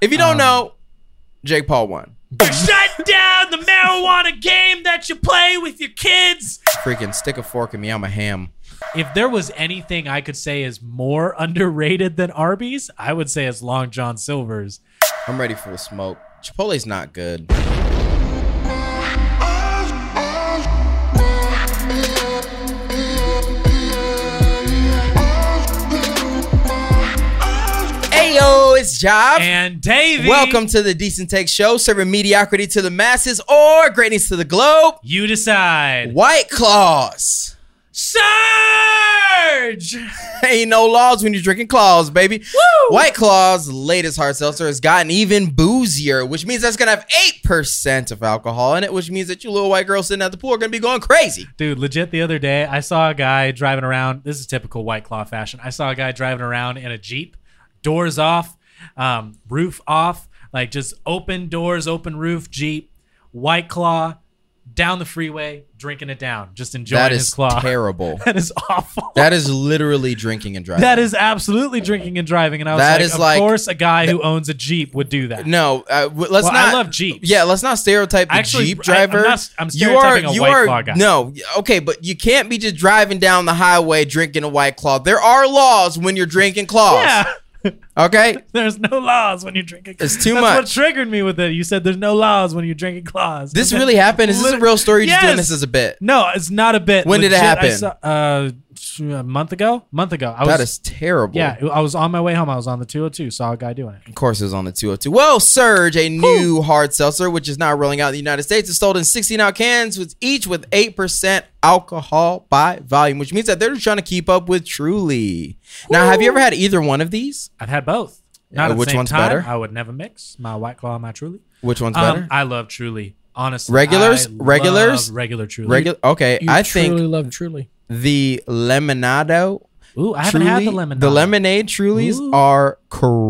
If you don't know, Jake Paul won. Shut down the marijuana game that you play with your kids. Freaking stick a fork in me. I'm a ham. If there was anything I could say is more underrated than Arby's, I would say it's Long John Silver's. I'm ready for the smoke. Chipotle's not good. Ayo, it's Job. And Davey, Welcome to the Decent Take Show, serving mediocrity to the masses or greatness to the globe. You decide. White claws. Surge. Ain't no laws when you're drinking claws, baby. White Claw's latest hard seltzer has gotten even boozier, which means that's gonna have eight percent of alcohol in it, which means that you little white girls sitting at the pool are gonna be going crazy. Dude, legit the other day, I saw a guy driving around. This is typical White Claw fashion. I saw a guy driving around in a Jeep, doors off, um, roof off, like just open doors, open roof, Jeep, White Claw, down the freeway, drinking it down, just enjoying that his is claw. terrible. That is awful. that is literally drinking and driving. that is absolutely drinking and driving. And I was That like, is of like- course, a guy who owns a Jeep would do that. no, uh, w- let's Well, I not. love Jeeps. Yeah, let's not stereotype the Actually, Jeep I- I'm driver. not- I'm stereotyping a White are, Claw guy. No, okay, but you can't be just driving down the highway drinking a white claw. There are laws when you're drinking claws. Yeah. Okay, There's no laws when you're drinking. It's too That's much. what triggered me with it. You said there's no laws when you're drinking claws. this really happened. Is this a real story? You're Just doing Yes. this as a bit. No, it's not a bit. When did it Legit, I happen? saw- uh, t- a month ago. Month ago. I that was. is terrible. Yeah, I was on my way home. I was on the 202. Saw a guy doing it. Of course, it was on the 202. Well, Surge, a new hard seltzer, which is now rolling out in the United States, is sold in 16 ounce cans, with each with 8% alcohol by volume, which means that they're just trying to keep up with Truly. Now, have you ever had either one of these? I've had both. Yeah, Not at which the same one's time. better? I would never mix my white claw and my Truly. Which one's Um, better? I love Truly. Honestly, Regulars? I Regulars? love regular Truly. Regular. Okay, You I truly think love truly. the lemonado. Ooh, I haven't had the Truly- lemon. The lemonade Trulies Ooh. are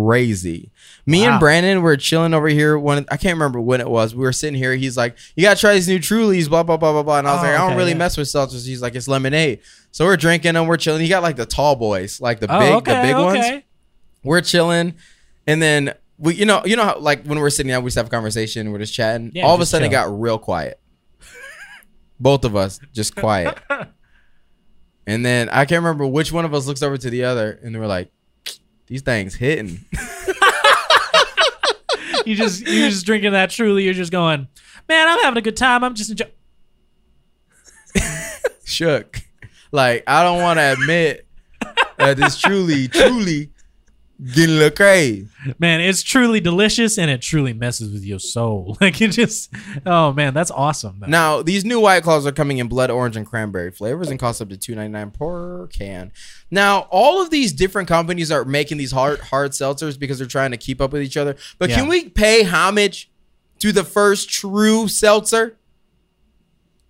crazy. Me Wow. and Brandon were chilling over here. One, I can't remember when it was. We were sitting here. He's like, "You gotta try these new Trulies." Blah blah blah blah blah. And I was Oh, like, "I don't okay, really yeah. mess with seltzers." He's like, "It's lemonade." So we're drinking and we're chilling. He got like the tall boys, like the Oh, big, okay, the big okay. ones. We're chilling, and then we, you know, you know, how, like when we're sitting down, we just have a conversation. We're just chatting. Yeah, All of a just sudden, chill. it got real quiet. Both of us just quiet. And then I can't remember which one of us looks over to the other and we're like, these things hitting. you just you're just drinking that truly you're just going man i'm having a good time i'm just enjoying Shook. Like, I don't want to admit that it's truly, truly getting a little crazy. man it's truly delicious and it truly messes with your soul like it just oh man that's awesome though. Now, these new White Claws are coming in blood orange and cranberry flavors and cost up to two ninety nine per can. Now, all of these different companies are making these hard hard seltzers because they're trying to keep up with each other. But Yeah. can we pay homage to the first true seltzer? Yeah,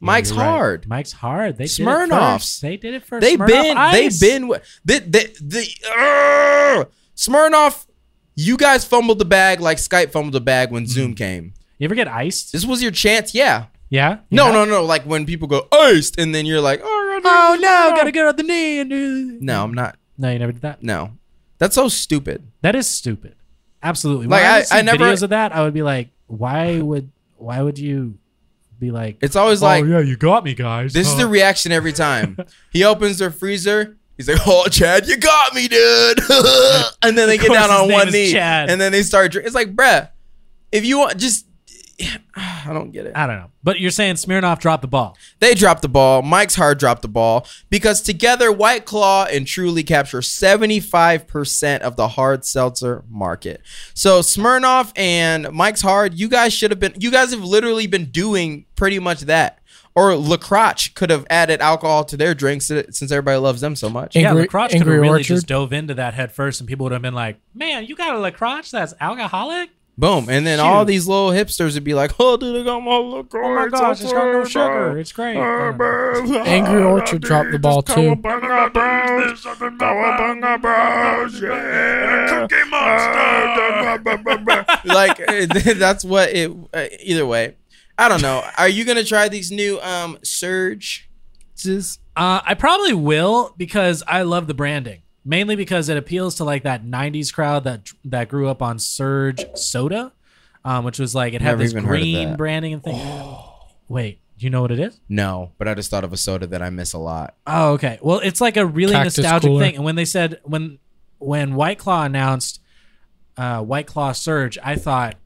Mike's you're right. hard. mike's hard they did it Smirnoff's. first. they did it first They've Smirnoff been, Ice. they've been, they, they, the Urgh! Smirnoff, you guys fumbled the bag like Skype fumbled the bag when Mm. Zoom came. you ever get iced This was your chance, yeah. yeah No, Yeah? no, no, like when people go iced and then you're like, oh, oh no gotta get on the knee and do no, I'm not, no you never did that no. That's so stupid. that is stupid absolutely Like, when I- I, would see I never- videos of that i would be like why would why would you be like It's always oh like, yeah Oh. you got me guys this is Huh. the reaction every time. he opens their freezer. He's like, oh, Chad, you got me, dude. and then they Of get course down his on name one is knee. Chad. And then they start drinking. It's like, bruh, if you want, just, I don't get it. I don't know. But you're saying Smirnoff dropped the ball. They dropped the ball. Mike's Hard dropped the ball because together White Claw and Truly capture 75% of the hard seltzer market. So Smirnoff and Mike's Hard, you guys should have been, you guys have literally been doing pretty much that. Or LaCroix could have added alcohol to their drinks since everybody loves them so much. And- yeah, Angry- LaCroix could have Angry really Orchard. just dove into that head first and people would have been like, man, you got a LaCroix that's alcoholic? Boom. And then Shoot. all these little hipsters would be like, oh, dude, I got my LaCroix. Oh my gosh, it's got no sugar. It's great. I don't know. Angry Orchard dropped the ball too. like eh, that's what it uh, either way i don't know are you gonna try these new um surge Uh, I probably will because I love the branding. mainly because it appeals to like that 90s crowd that that grew up on Surge soda, um, which was like it had Never this even heard of green that. Oh. branding and thing. Wait, do you know what it is? No, but I just thought of a soda that I miss a lot. Oh, okay. Well, it's like a really Cactus nostalgic cooler. thing. And when they said when when White Claw announced uh, White Claw Surge, I thought,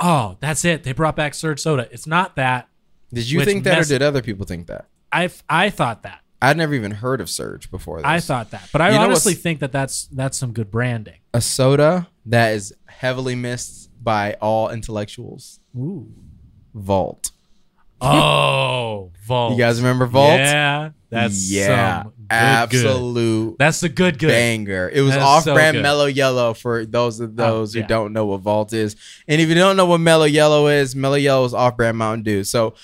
oh, that's it. They brought back Surge soda. It's not that. Did you Which think that, mess- or did other people think that? I I thought that. I'd never even heard of Surge before. This. I thought that. But I You know honestly what's- think that that's that's some good branding. a soda that is heavily missed by all intellectuals. Ooh. Vault. Oh, Vault. You guys remember Vault? Yeah, that's yeah, yeah, some good, Good. absolute That's the good good. banger. It was That is off so brand good. Oh, Mellow Yellow for those of those who yeah. don't know what Vault is. And if you don't know what Mellow Yellow is, Mellow Yellow is off brand Mountain Dew. So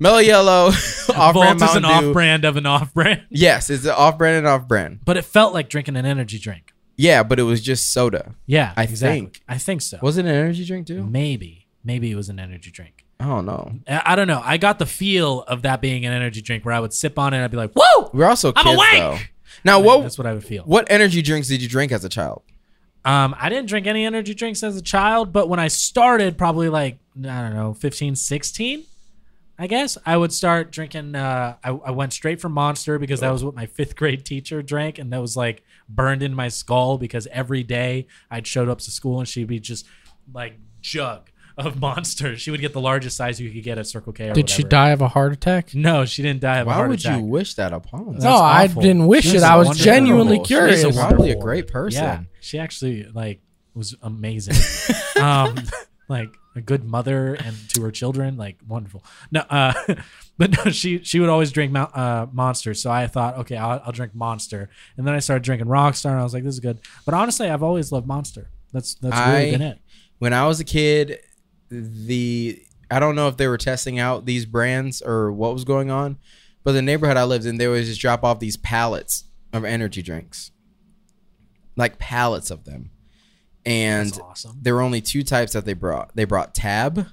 Mellow Yellow off brand Vault is Mountain an Dew. off brand of an off brand, Yes, it's off brand and off brand. but it felt like drinking an energy drink. Yeah, but it was just soda. Yeah, I exactly. think. I think so. Was it an energy drink too? maybe maybe it was an energy drink. I don't know. I I don't know. I got the feel of that being an energy drink where I would sip on it and I'd be like, "Whoa!" We're also I'm kids awake! though. Now And what That's what I would feel. what energy drinks did you drink as a child? Um, I didn't drink any energy drinks as a child, but when I started, probably like, I don't know, 15, 16, I guess, I would start drinking. Uh, I, I went straight for Monster because that was what my fifth grade teacher drank. And that was like burned in my skull because every day I'd showed up to school and she'd be just like jug of Monster. She would get the largest size you could get at Circle K or Did she whatever. die of a heart attack? No, she didn't die of a Why heart would attack. you wish that upon us? No, I awful. didn't wish She it. was I a was wonderful genuinely girl. She was curious. a wonderful probably a great person. Yeah, she actually like was amazing. um, like a good mother and to her children, like wonderful. No, uh, but no, she she would always drink Mount, uh, Monster. So I thought, okay, I'll, I'll drink Monster, and then I started drinking Rockstar, and I was like, this is good. But honestly, I've always loved Monster. That's that's really I- been it. when I was a kid, the I don't know if they were testing out these brands or what was going on, but the neighborhood I lived in, they would just drop off these pallets of energy drinks, like pallets of them, and That's awesome. there were only two types that they brought. They brought Tab.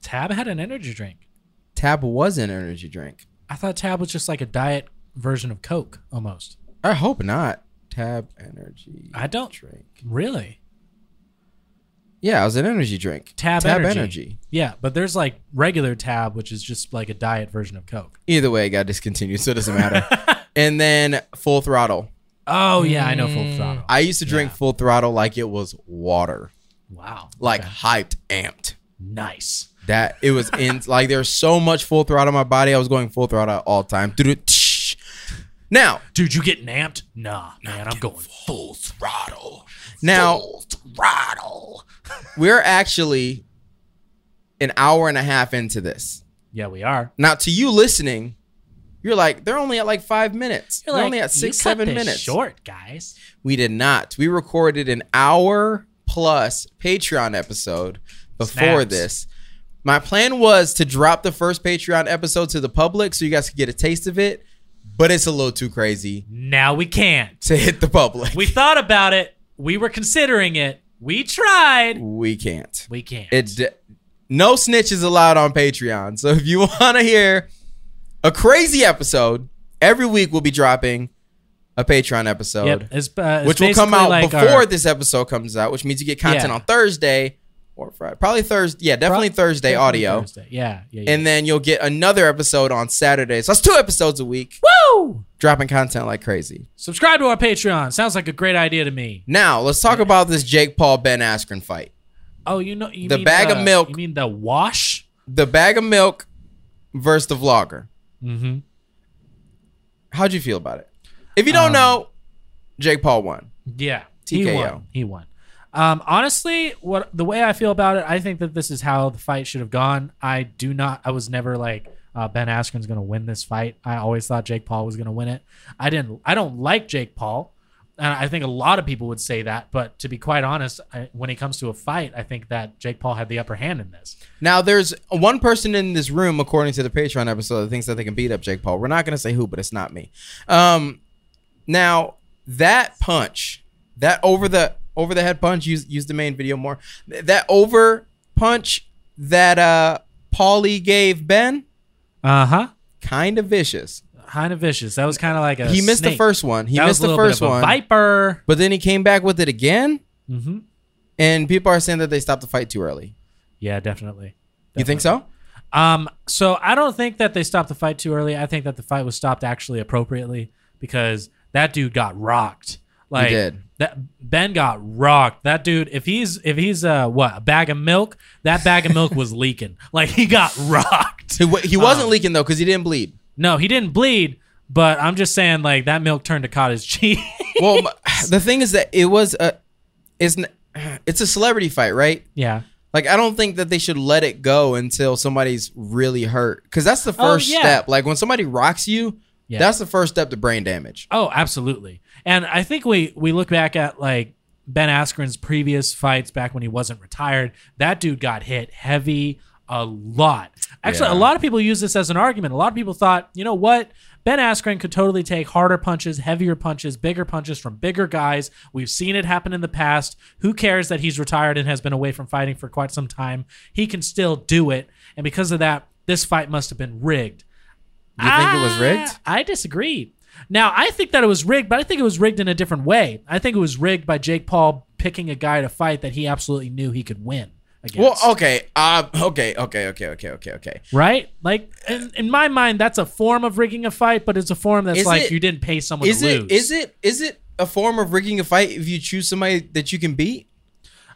Tab had an energy drink. Tab was an energy drink. I thought Tab was just like a diet version of Coke almost. I hope not. Tab energy. I don't- drink. Really? Yeah, it was an energy drink. Tab, Tab energy. energy. Yeah, but there's like regular Tab, which is just like a diet version of Coke. Either way, it got discontinued, so it doesn't matter. and then Full Throttle. Oh yeah, I know full Mm. throttle. I used to drink Yeah. Full Throttle like it was water. wow, like Okay. hyped, amped. nice. That it was in like there was so much full throttle in my body. I was going full throttle at all time. Doo-doo-tsh. Now, Dude, you getting amped? Nah, man, I'm going full throttle. now throttle. we're actually an hour and a half into this. Yeah, we are. Now, to you listening, you're like they're only at like five minutes. You're they're like, only at six, "You cut seven this minutes. Short, guys. We did not. We recorded an hour plus Patreon episode before Snaps. this. My plan was to drop the first Patreon episode to the public so you guys could get a taste of it, but it's a little too crazy Now we can't. to hit the public. We thought about it. We were considering it. We tried. We can't. We can't. It d- no snitch is allowed on Patreon. So if you want to hear a crazy episode, every week we'll be dropping a Patreon episode. Yep, it's, uh, it's which will come basically out like before our- this episode comes out, which means you get content Yeah. on Thursday or Friday. Probably Thursday. Yeah, definitely Pro- Thursday definitely audio. Thursday. Yeah, yeah, yeah. And then you'll get another episode on Saturday. So that's two episodes a week, woo! dropping content like crazy. Subscribe to our Patreon. Sounds like a great idea to me. Now, let's talk about this Jake Paul Ben Askren fight. Oh, you know, you The mean bag of milk. You mean the wash? The bag of milk versus the vlogger. Mm-hmm. How'd you feel about it? If you don't Um, know, Jake Paul won. Yeah, he TKO. won. He won. Um, honestly, what the way I feel about it, I think that this is how the fight should have gone. I do not. I was never like uh, Ben Askren's going to win this fight. I always thought Jake Paul was going to win it. I didn't. I don't like Jake Paul, and I think a lot of people would say that. But to be quite honest, I, when it comes to a fight, I think that Jake Paul had the upper hand in this. Now, there's one person in this room, according to the Patreon episode, that thinks that they can beat up Jake Paul. We're not going to say who, but it's not me. Um, now that punch, that over the over the head punch, use use the main video more. Th- That over punch that uh Paulie gave Ben, Uh huh. Uh-huh. kind of vicious. kind of vicious. That was kind of like a. he missed the snake. first one. He That was missed a the little bit first of a one. Viper. But then he came back with it again, hmm and people are saying that they stopped the fight too early. Yeah, definitely. You think so? Um, so I don't think that they stopped the fight too early. I think that the fight was stopped actually appropriately because that dude got rocked. Like did. that Ben got rocked. That dude, if he's if he's uh what a bag of milk, that bag of milk was leaking. Like he got rocked. He, wa- he wasn't Um, leaking though because he didn't bleed. No, he didn't bleed, but I'm just saying like that milk turned to cottage cheese. Well, m- the thing is that it was a, it's n- it's a celebrity fight, right? yeah. Like I don't think that they should let it go until somebody's really hurt because that's the Oh, first yeah. step. Like when somebody rocks you, Yeah. that's the first step to brain damage. Oh, absolutely. And I think we we look back at like Ben Askren's previous fights back when he wasn't retired. That dude got hit heavy a lot. Actually, Yeah. a lot of people use this as an argument. A lot of people thought, you know what? Ben Askren could totally take harder punches, heavier punches, bigger punches from bigger guys. We've seen it happen in the past. Who cares that he's retired and has been away from fighting for quite some time? He can still do it. And because of that, this fight must have been rigged. You think it was Ah. rigged? I disagree. Now, I think that it was rigged, but I think it was rigged in a different way. I think it was rigged by Jake Paul picking a guy to fight that he absolutely knew he could win against. Well, uh, okay, uh, okay, okay, okay, okay, okay, okay. right? Like in, in my mind, that's a form of rigging a fight, but it's a form that's Is like it- you didn't pay someone Is to it lose. is it is it a form of rigging a fight if you choose somebody that you can beat,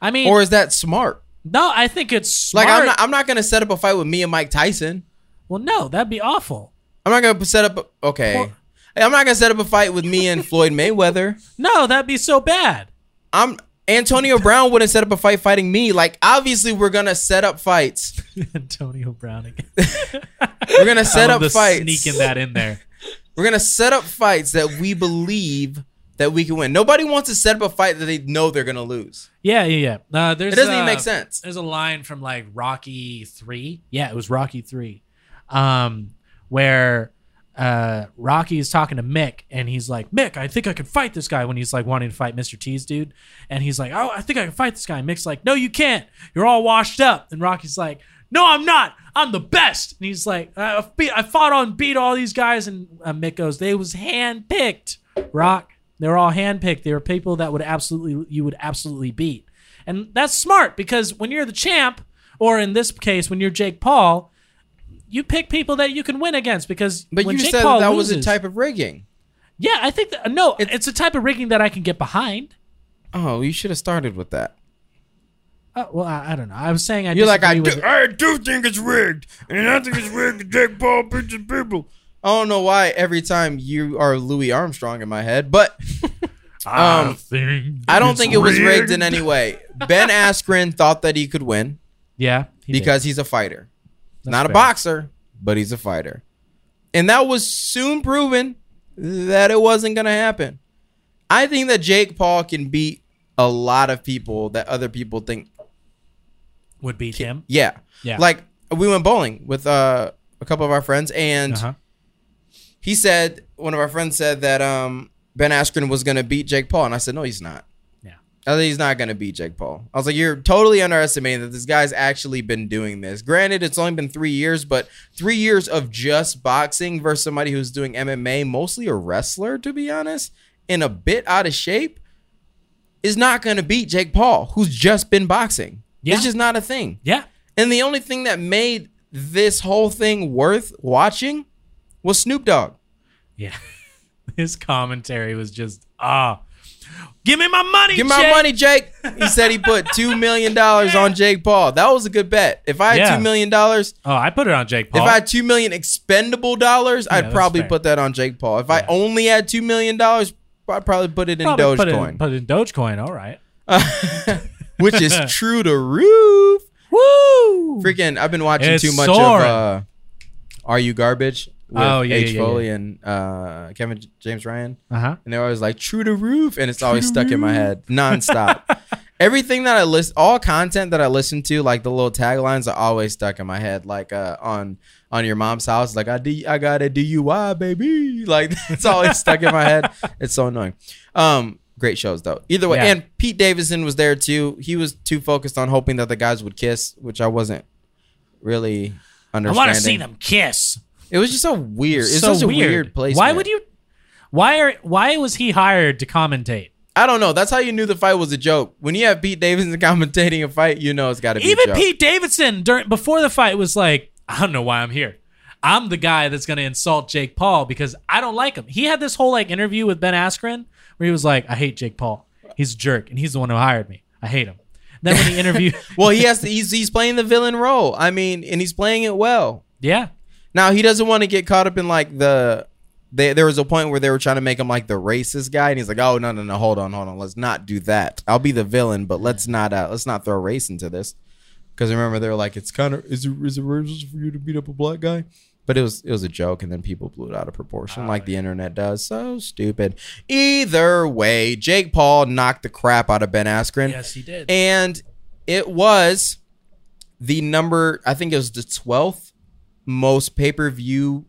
I mean, or is that smart? no, I think it's Like smart. I'm not I'm not gonna set up a fight with me and Mike Tyson. well, no, that'd be awful. I'm not gonna set up. a- Okay, Well- I'm not gonna set up a fight with me and Floyd Mayweather. No, that'd be so bad. I'm Antonio Brown wouldn't set up a fight fighting me. Like obviously we're gonna set up fights. Antonio Brown again. We're gonna set I up love the fights. Sneaking that in there. We're gonna set up fights that we believe that we can win. Nobody wants to set up a fight that they know they're gonna lose. Yeah, yeah, yeah. Uh, there's, It doesn't even uh, make sense. There's a line from like Rocky Three. Yeah, it was Rocky Three, um, where uh, Rocky is talking to Mick, and he's like, "Mick, I think I can fight this guy." When he's like wanting to fight Mr. T's dude, and he's like, "Oh, I think I can fight this guy." And Mick's like, "No, you can't. You're all washed up." And Rocky's like, "No, I'm not. I'm the best." And he's like, "I, I've beat, I fought on, beat all these guys." And uh, Mick goes, "They was handpicked, Rock. They were all handpicked. They were people that would absolutely you would absolutely beat." And that's smart because when you're the champ, or in this case, when you're Jake Paul, you pick people that you can win against because But when you Jake said Paul that, that loses, was a type of rigging. Yeah, I think that, no, it's, a type of rigging that I can get behind. Oh, you should have started with that. Uh, well, I, I don't know. I was saying I You're like I disagree do, with it. I do think it's rigged, and I think it's rigged. to Jake Paul bitches people. I don't know why every time you are Louis Armstrong in my head, but I um, I don't think it was rigged in any way. Ben Askren thought that he could win Yeah, he did. because he's a fighter, That's not a fair. boxer, but he's a fighter, and that was soon proven that it wasn't going to happen. I think that Jake Paul can beat a lot of people that other people think would beat him. Yeah. Yeah. Like we went bowling with uh, a couple of our friends, and Uh-huh. he said one of our friends said that um, Ben Askren was gonna beat Jake Paul, and I said no, he's not. Yeah. I said he's not gonna beat Jake Paul. I was like, you're totally underestimating that this guy's actually been doing this. Granted, it's only been three years, but three years of just boxing versus somebody who's doing MMA, mostly a wrestler, to be honest, and a bit out of shape. Is not going to beat Jake Paul, who's just been boxing. Yeah. It's just not a thing. Yeah, And the only thing that made this whole thing worth watching was Snoop Dogg. yeah. His commentary was just ah, give me my money. Give my Jake." money, Jake. He said he put two million dollars on Jake Paul. That was a good bet. If I had Yeah. two million dollars, Oh, I put it on Jake if Paul. I had two million expendable dollars, I'd that's probably fair. put that on Jake Paul. If I Yeah. only had two million dollars, I'd probably put it in Probably put it Dogecoin, put it in Dogecoin. All right. which is true to roof. Woo! Freaking, I've been watching It's too much of soaring. uh, Are You Garbage with Oh, yeah, H yeah, yeah, Foley and uh, Kevin J- James Ryan. Uh huh. and they're always like true to roof and it's always stuck in my head nonstop everything that i list all content that i listen to like the little taglines are always stuck in my head like uh on on your mom's house like i d i got a dui baby like it's always stuck in my head it's so annoying um great shows though either way Yeah. and pete davidson was there too he was too focused on hoping that the guys would kiss which i wasn't really I understanding want to see them kiss. It was just so weird. It's so such a weird, place. Why would you? Why are? Why was he hired to commentate? I don't know. That's how you knew the fight was a joke. When you have Pete Davidson commentating a fight, you know it's got to be a Even joke. Pete Davidson during before the fight was like, I don't know why I'm here. I'm the guy that's going to insult Jake Paul because I don't like him. He had this whole like interview with Ben Askren where he was like, I hate Jake Paul. He's a jerk and he's the one who hired me. I hate him. Then when he interviewed, Well, he has to. He's he's playing the villain role. I mean, and he's playing it well. yeah, Now he doesn't want to get caught up in like the. They, there was a point where they were trying to make him like the racist guy, and he's like, "Oh no, no, no, hold on, hold on, let's not do that. I'll be the villain, but let's not, uh, let's not throw race into this." Because remember, they were like, "It's kind of is it is it racist for you to beat up a black guy?" But it was it was a joke, and then people blew it out of proportion, like the internet does. So stupid. Either way, Jake Paul knocked the crap out of Ben Askren. yes, he did. And it was the number, I think it was the 12th most pay per view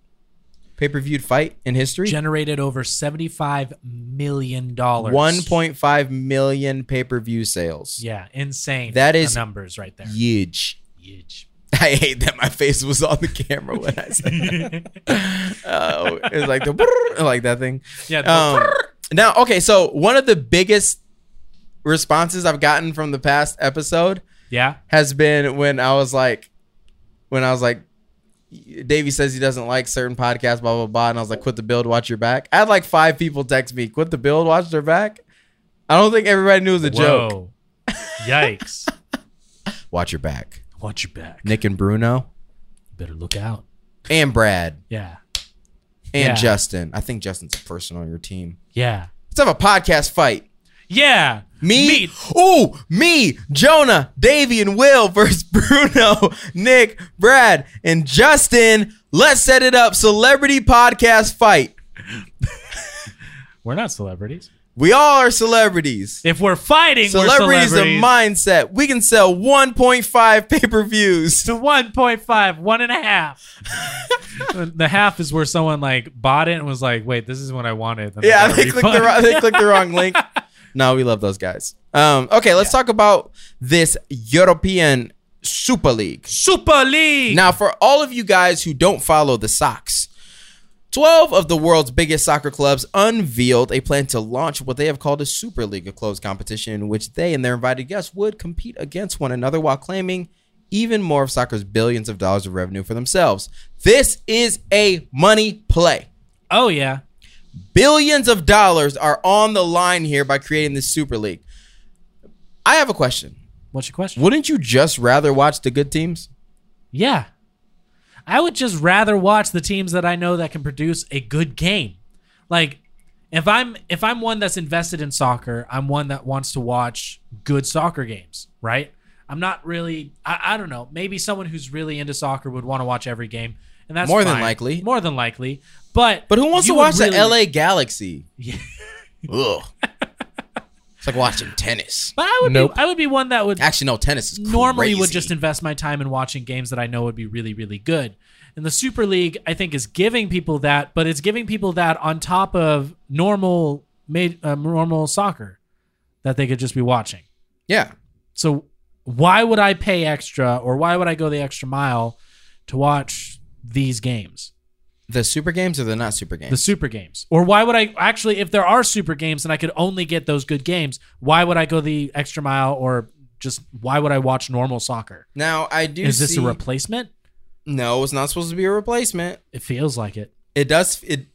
pay per viewed fight in history. Generated over seventy-five million dollars. 1.5 million pay per view sales. Yeah, insane. That The is- numbers right there. Huge. Huge. I hate that my face was on the camera when I said that. Oh, it was like the brrr, like that thing. Yeah. the- Um, now, okay, so one of the biggest responses I've gotten from the past episode yeah. has been when I was like, when I was like, Davey says he doesn't like certain podcasts, blah blah blah, and I was like, quit the build, watch your back. I had like five people text me, quit the build, watch their back. I don't think everybody knew it was a joke. Whoa. Yikes. Watch your back, Watch your back. Nick and Bruno, Better look out. and Brad, Yeah. and Yeah. Justin. I think Justin's a person on your team. Yeah. Let's have a podcast fight. Yeah. Me, ooh, me, Jonah, Davey, and Will versus Bruno, Nick, Brad, and Justin. Let's set it up. Celebrity podcast fight. We're not celebrities. We all are celebrities. If we're fighting, Celebrities we're of celebrities. mindset. We can sell 1.5 pay per views. to 1.5, one and a half. the half is where someone like bought it and was like, wait, this is what I wanted. And Yeah, got a they clicked, the refund. wrong, they clicked the wrong link. No, we love those guys. Um, okay, let's talk about this European Super League. Super League. Now, for all of you guys who don't follow the Sox, 12 of the world's biggest soccer clubs unveiled a plan to launch what they have called a Super League, a closed competition in which they and their invited guests would compete against one another while claiming even more of soccer's billions of dollars of revenue for themselves. This is a money play. Oh, yeah. Billions of dollars are on the line here by creating this Super League. I have a question. What's your question? Wouldn't you just rather watch the good teams? Yeah. I would just rather watch the teams that I know that can produce a good game. Like if I'm if I'm one that's invested in soccer, I'm one that wants to watch good soccer games, right? I'm not really I, I don't know. Maybe someone who's really into soccer would want to watch every game. And that's More than fine. likely. More than likely. But But who wants you to would watch really- the LA Galaxy? Yeah. Ugh. It's like watching tennis. But I would Nope. be I would be one that would Actually, no, tennis is normally would crazy. just invest my time in watching games that I know would be really, really good. And the Super League, I think, is giving people that, but it's giving people that on top of normal, made um, normal soccer that they could just be watching. yeah. So why would I pay extra, or why would I go the extra mile to watch these games, The super games or the not super the games? Super games, or why would I actually, if there are Super games and I could only get those good games, why would I go the extra mile, or just why would I watch normal soccer? now I do. Is this a see- replacement? No, it's not supposed to be a replacement. It feels like it. It does. It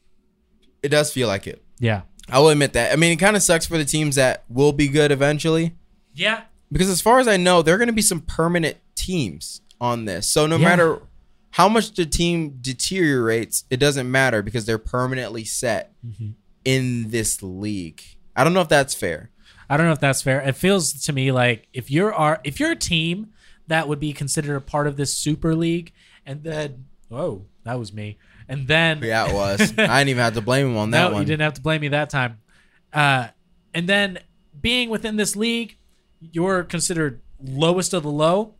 it does feel like it. Yeah. I will admit that. I mean, it kind of sucks for the teams that will be good eventually, Yeah. because as far as I know, there are going to be some permanent teams on this. So no Yeah. matter how much the team deteriorates, it doesn't matter because they're permanently set Mm-hmm. in this league. I don't know if that's fair. I don't know if that's fair. It feels to me like if you're our, if you're a team that would be considered a part of this super league and then whoa, that was me. And then Yeah, it was. I didn't even have to blame him on that no, one. you didn't have to blame me that time. Uh, and then being within this league, you're considered lowest of the low.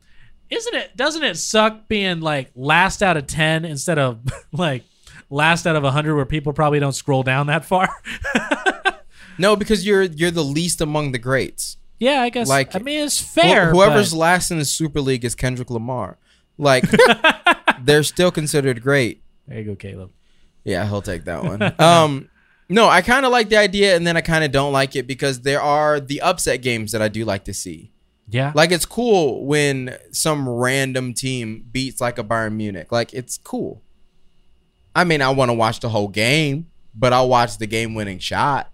Isn't it? Doesn't it suck being like last out of ten instead of like last out of hundred, where people probably don't scroll down that far? No, because you're you're the least among the greats. yeah, I guess. Like, Like, I mean, it's Wh- fair. whoever's but- last in the Super League is Kendrick Lamar. Like they're still considered great. There you go, Caleb. Yeah, he'll take that one. um, no, I kind of like the idea, and then I kind of don't like it because there are the upset games that I do like to see. Yeah. Like it's cool when some random team beats like a Bayern Munich. Like it's cool. I mean, I want to watch the whole game, but I'll watch the game-winning shot.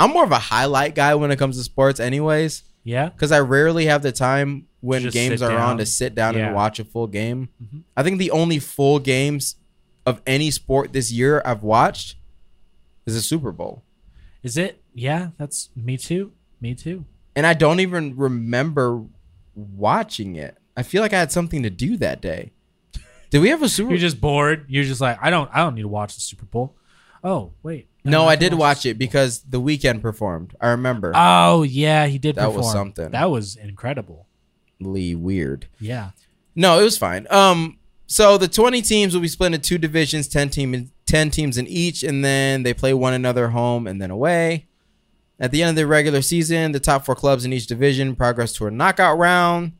I'm more of a highlight guy when it comes to sports, anyways, yeah. because I rarely have the time when Just games sit are on down. to sit down Yeah. and watch a full game. Mhm. I think the only full games of any sport this year I've watched is the Super Bowl. Is it? Yeah. That's me too. Me too. and I don't even remember watching it. I feel like I had something to do that day. Did we have a Super You're just bored. You're just like, I don't. I don't need to watch the Super Bowl. Oh wait. No, don't I have to did the watch Super it because the weekend performed. I remember. Bowl. Oh yeah, he did. That was perform. something. That was incredible. Lee weird. Yeah. No, it was fine. Um, so the 20 teams will be split into two divisions, 10 team in, 10 teams in each, and then they play one another home and then away. At the end of the regular season, the top four clubs in each division progress to a knockout round,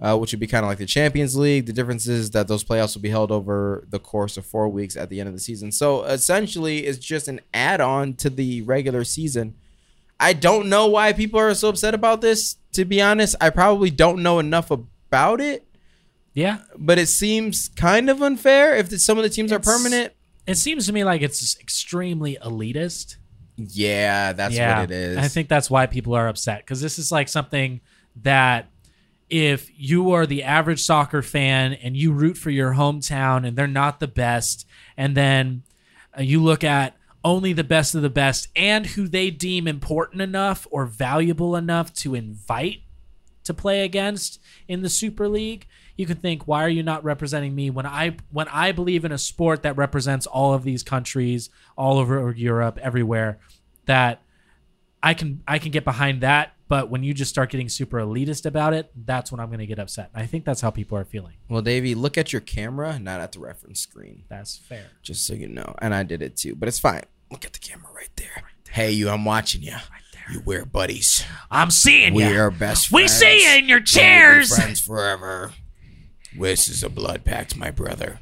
uh, which would be kind of like the Champions League. The difference is that those playoffs will be held over the course of four weeks at the end of the season. So essentially, it's just an add on to the regular season. I don't know why people are so upset about this. To be honest, I probably don't know enough about it Yeah. but it seems kind of unfair if the, some of the teams are It's- permanent. It seems to me like it's just extremely elitist. Yeah, that's yeah. what it is. I think that's why people are upset because this is like something that if you are the average soccer fan and you root for your hometown and they're not the best, and then uh, you look at only the best of the best and who they deem important enough or valuable enough to invite to play against in the Super League, you can think, why are you not representing me when I when I believe in a sport that represents all of these countries, all over Europe, everywhere, that I can I can get behind that, but when you just start getting super elitist about it, that's when I'm gonna get upset. I think that's how people are feeling. well, Davey, look at your camera, not at the reference screen, That's fair. just so you know. And I did it too, but it's fine. Look at the camera right there. Hey, you, I'm watching you. You we're buddies. I'm seeing We you. are best We friends. see you in your We'll be chairs, friends forever. This is a blood pact, my brother.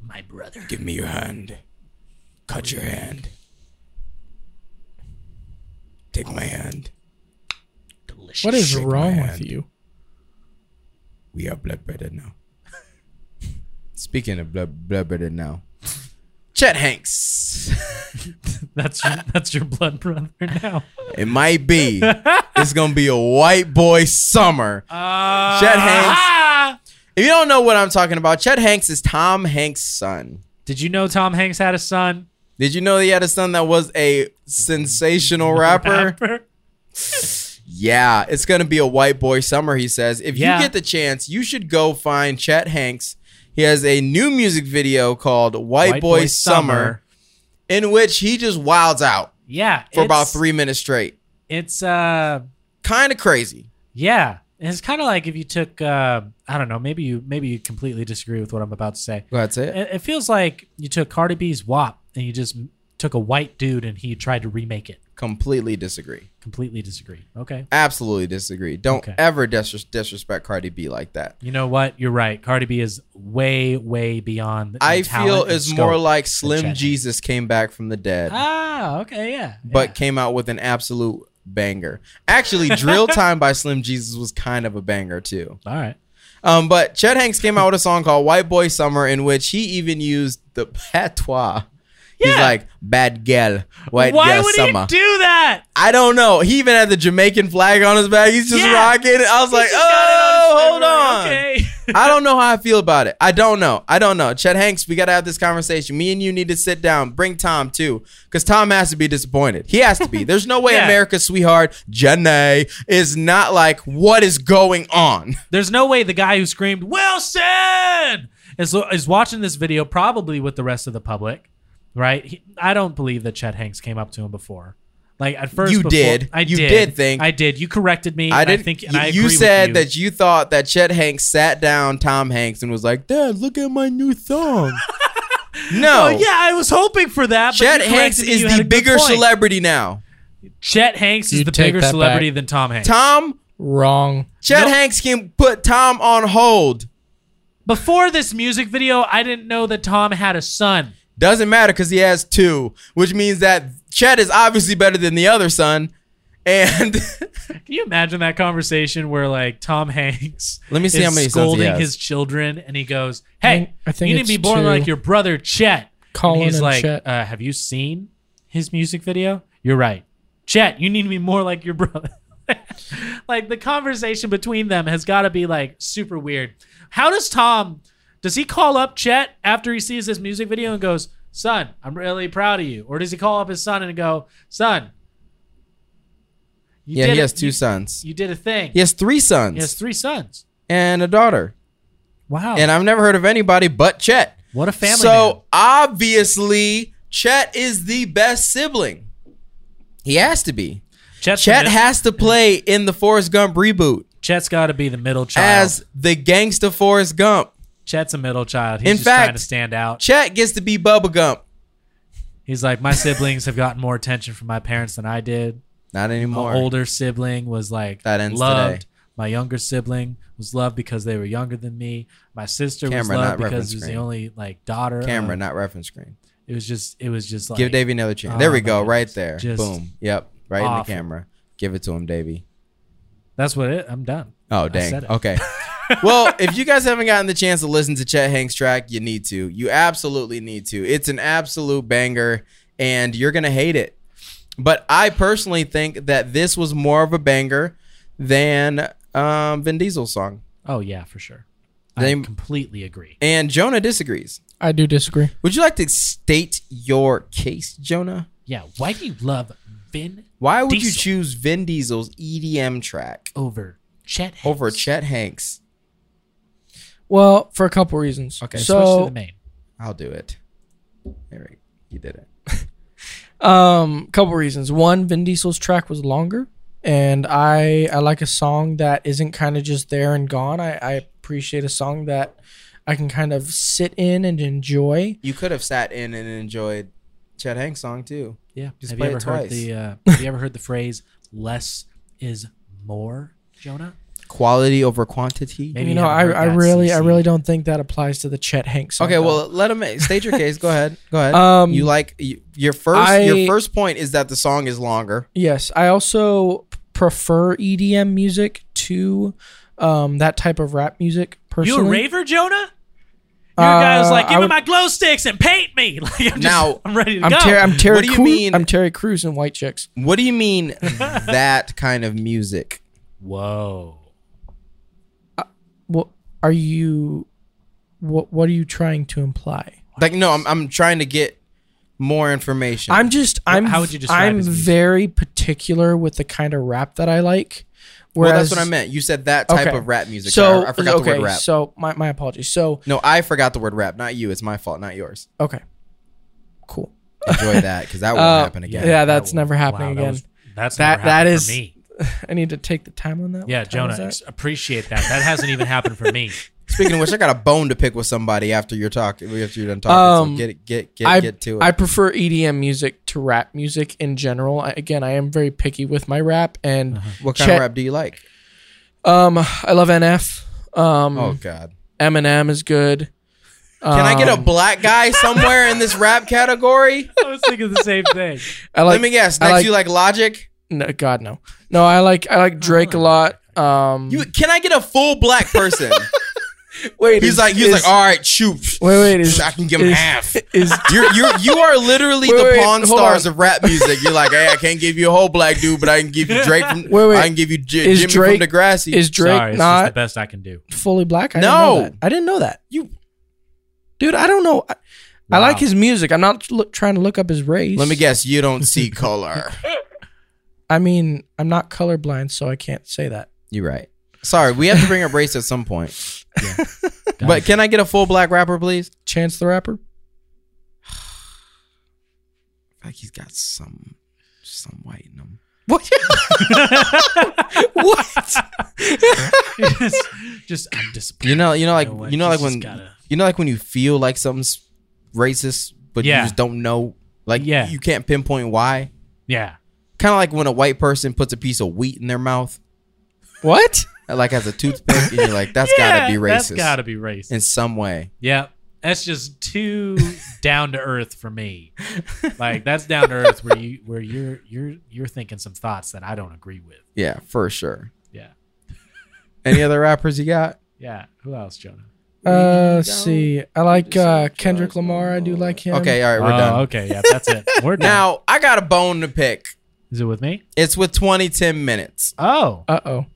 my brother. Give me your hand. Cut your hand. Take my hand. Delicious. What is Shake my wrong hand. with you? We are blood brother now. Speaking of blood, blood brother now, Chet Hanks. that's your, that's your blood brother now. It might be. it's gonna be a white boy summer. Uh, Chet If you don't know what I'm talking about, Chet Hanks is Tom Hanks' son. Did you know Tom Hanks had a son? Did you know he had a son that was a sensational rapper? Yeah, it's gonna be a white boy summer. He says. If Yeah. you get the chance, you should go find Chet Hanks. He has a new music video called "White, Boy, summer," in which he just wilds out. Yeah. for about it's- three minutes straight. It's uh Kind of crazy. yeah. It's kind of like if you took uh, I don't know, maybe you maybe you completely disagree with what I'm about to say. That's it. It, it feels like you took Cardi B's WAP and you just took a white dude and he tried to remake it. Completely disagree. Completely disagree. Okay. Absolutely disagree. Don't Okay. ever dis- disrespect Cardi B like that. You know what? You're right. Cardi B is way, way beyond. the I talent feel and it's scope. more like Slim Chet Jesus came back from the dead, ah, okay, yeah, but yeah. came out with an absolute banger. Actually, Drill Time by Slim Jesus was kind of a banger too. all right. Um, but Chet Hanks came out with a song called White Boy Summer, in which he even used the patois. He's Yeah. like, bad girl, white Why girl would summer. he do that? I don't know. He even had the Jamaican flag on his back. He's just Yeah. rocking. it. I was like, He's just got it oh, his hold finger. on. Okay. I don't know how I feel about it. I don't know. I don't know. Chet Hanks, we got to have this conversation. Me and you need to sit down. Bring Tom too, because Tom has to be disappointed. He has to be. There's no way Yeah. America's sweetheart, Jenna, is not like, what is going on? There's no way the guy who screamed Wilson is is watching this video probably with the rest of the public, right? He, I don't believe that Chet Hanks came up to him before. Like at first, You before- did. I You did. did think- I did. You corrected me. I and didn't think. And you, I you agree with said you. that you thought that Chet Hanks sat down Tom Hanks and was like, Dad, look at my new song. no. Oh yeah, I was hoping for that. But Chet you Hanks corrected me. is You had a the good bigger point. celebrity now. Chet Hanks is You the take bigger that celebrity than Tom Hanks. Tom Wrong. Chet No. Hanks can put Tom on hold. Before this music video, I didn't know that Tom had a son. Doesn't matter because he has two, which means that Chet is obviously better than the other son. And Can you imagine that conversation where like Tom Hanks Let me see is how many sons he scolding has. his children and he goes, "Hey, I think you need to be it's born two. like your brother Chet." Colin and he's and like, Chet. Uh, "Have you seen his music video? You're right, Chet. You need to be more like your brother." like the conversation between them has got to be like super weird. How does Tom? Does he call up Chet after he sees this music video and goes, "Son, I'm really proud of you," or does he call up his son and go, "Son"? You yeah, did he it. has two You- sons. you did a thing. He has three sons He has three Oh. sons. and a daughter. Wow. And I've never heard of anybody but Chet. what a family. so man. obviously, Chet is the best sibling. He has to be. Chet's, the Chet mid- has to play in the Forrest Gump reboot Chet's got to be the middle child. as the gangsta Forrest Gump. Chet's a middle child. He's In just trying fact- to stand out. Chet gets to be Bubba Gump. He's like, my siblings have gotten more attention from my parents than I did. Not My anymore. older sibling was like That ends loved. today. My younger sibling was loved because they were younger than me. My sister was Camera, loved not because reference she was the screen. only like daughter. Camera, of- not reference screen. It was just. It was just like. Give Davey another chance. Oh there we my go. goodness. Right there. Just Boom. Yep. Right in the awful. camera. Give it to him, Davey. That's what it. I'm done. Oh said dang. it. Okay. well, if you guys haven't gotten the chance to listen to Chet Hanks track, you need to. You absolutely need to. It's an absolute banger and you're going to hate it. But I personally think that this was more of a banger than um, Vin Diesel's song. Oh yeah, for sure. I They- completely agree. And Jonah disagrees. I do disagree. Would you like to state your case, Jonah? Yeah. Why do you love Vin Why would you Diesel. choose Vin Diesel's EDM track over Chet Hanks? over Chet Hanks? Well, for a couple reasons. Okay, Switch to the so main. I'll do it. Eric, you did it. um, couple reasons. One, Vin Diesel's track was longer, and I I like a song that isn't kind of just there and gone. I I appreciate a song that I can kind of sit in and enjoy. You could have sat in and enjoyed Chet Hanks' song too. Yeah. Just have you play ever it heard twice. the uh, Have you ever heard the phrase "less is more"? Jonah. Quality over quantity. Maybe you you know, I haven't heard I that really I since really he- don't think that applies to the Chet Hanks. Song Okay, though. well, let him state your case. Go ahead. Go ahead. Um, you like you, your first your I- first point is that the song is longer. Yes, I also p- prefer EDM music to um, that type of rap music. Personally, You a raver, Jonah? Your guy was Uh, like, I "Give me would- my glow sticks and paint me." Like, I'm just, Now, I'm ready to I'm, go. Ter- I'm Terry. What do you Crew- mean? I'm Terry Crews and White Chicks. What do you mean that kind of music? Whoa. What are you? What What are you trying to imply? Like, no, I'm I'm trying to get more information. I'm just. I'm. how would you describe I'm his music? very particular with the kind of rap that I like. well, Whereas, that's what I meant. You said that type Okay. of rap music. So I, I forgot okay, the word rap. So my my apologies. So no, I forgot the word rap. Not you. It's my fault. Not yours. okay, cool. Enjoy that because that won't Uh, happen again. that Yeah, that's was- never happening that again. was- that's That- never that happened is- for me. I need to take the time on that. Yeah, What time is Jonah, that? ex- appreciate that. That hasn't even happened for me. Speaking of which, I got a bone to pick with somebody after you're talking. After you're done talking, so Um, get it, get get I, get to it. I prefer EDM music to rap music in general. I, again, I am very picky with my rap, and what kind Chet- of rap do you like? um, I love NF. Um, Uh-huh. Oh God! Eminem is good. Can I get a Um, black guy somewhere in this rap category? I was thinking the same thing. I like. Let me guess. I Next, like- you like Logic. no, God no, no. I like I like Drake a lot. Um, You can I get a full black person? wait, he's like he's is- like all right, shoot. wait, wait, is, I can give him is- half. Is You're you are you are literally Wait, the wait, pawn hold stars on. of rap music. You're like, hey, I can't give you a whole black dude, but I can give you Drake. From, Wait, wait. I can give you J- Is Jimmy Drake- from Degrassi. is Drake Sorry, it's just not the best I can do. fully black? I No. didn't know that. I didn't know that. You- dude, I don't know. I, I Wow. like his music. I'm not look, trying to look up his race. Let me guess. You don't see color. I mean, I'm not colorblind, so I can't say that. You're right. Sorry, we have to bring up race at some point. Got But it. can I get a full black rapper, please? Chance the Rapper. I think he's got some some white in him. What? what? just, just I'm disappointed. You know, you know, like what? you know, This like has when gotta- you know, like when you feel like something's racist, but Yeah. you just don't know, like Yeah. you can't pinpoint why. yeah. Kind of like when a white person puts a piece of wheat in their mouth. What? Like as a toothpick, and you're like, that's gotta be That's racist gotta be racist. in some way. Yeah, that's just too down to earth for me. Like that's down to earth where you where you're you're you're thinking some thoughts that I don't agree with. Yeah, for sure. Yeah, Any other rappers you got? yeah. Who else, Jonah? Uh, don't see, I like uh, deserve Kendrick judgment, Lamar. I do like him. Okay, all right, we're oh, done. okay. Yeah, that's it. We're done. Now I got a bone to pick. Is it with me? It's with 20 10 minutes. Oh, Uh oh.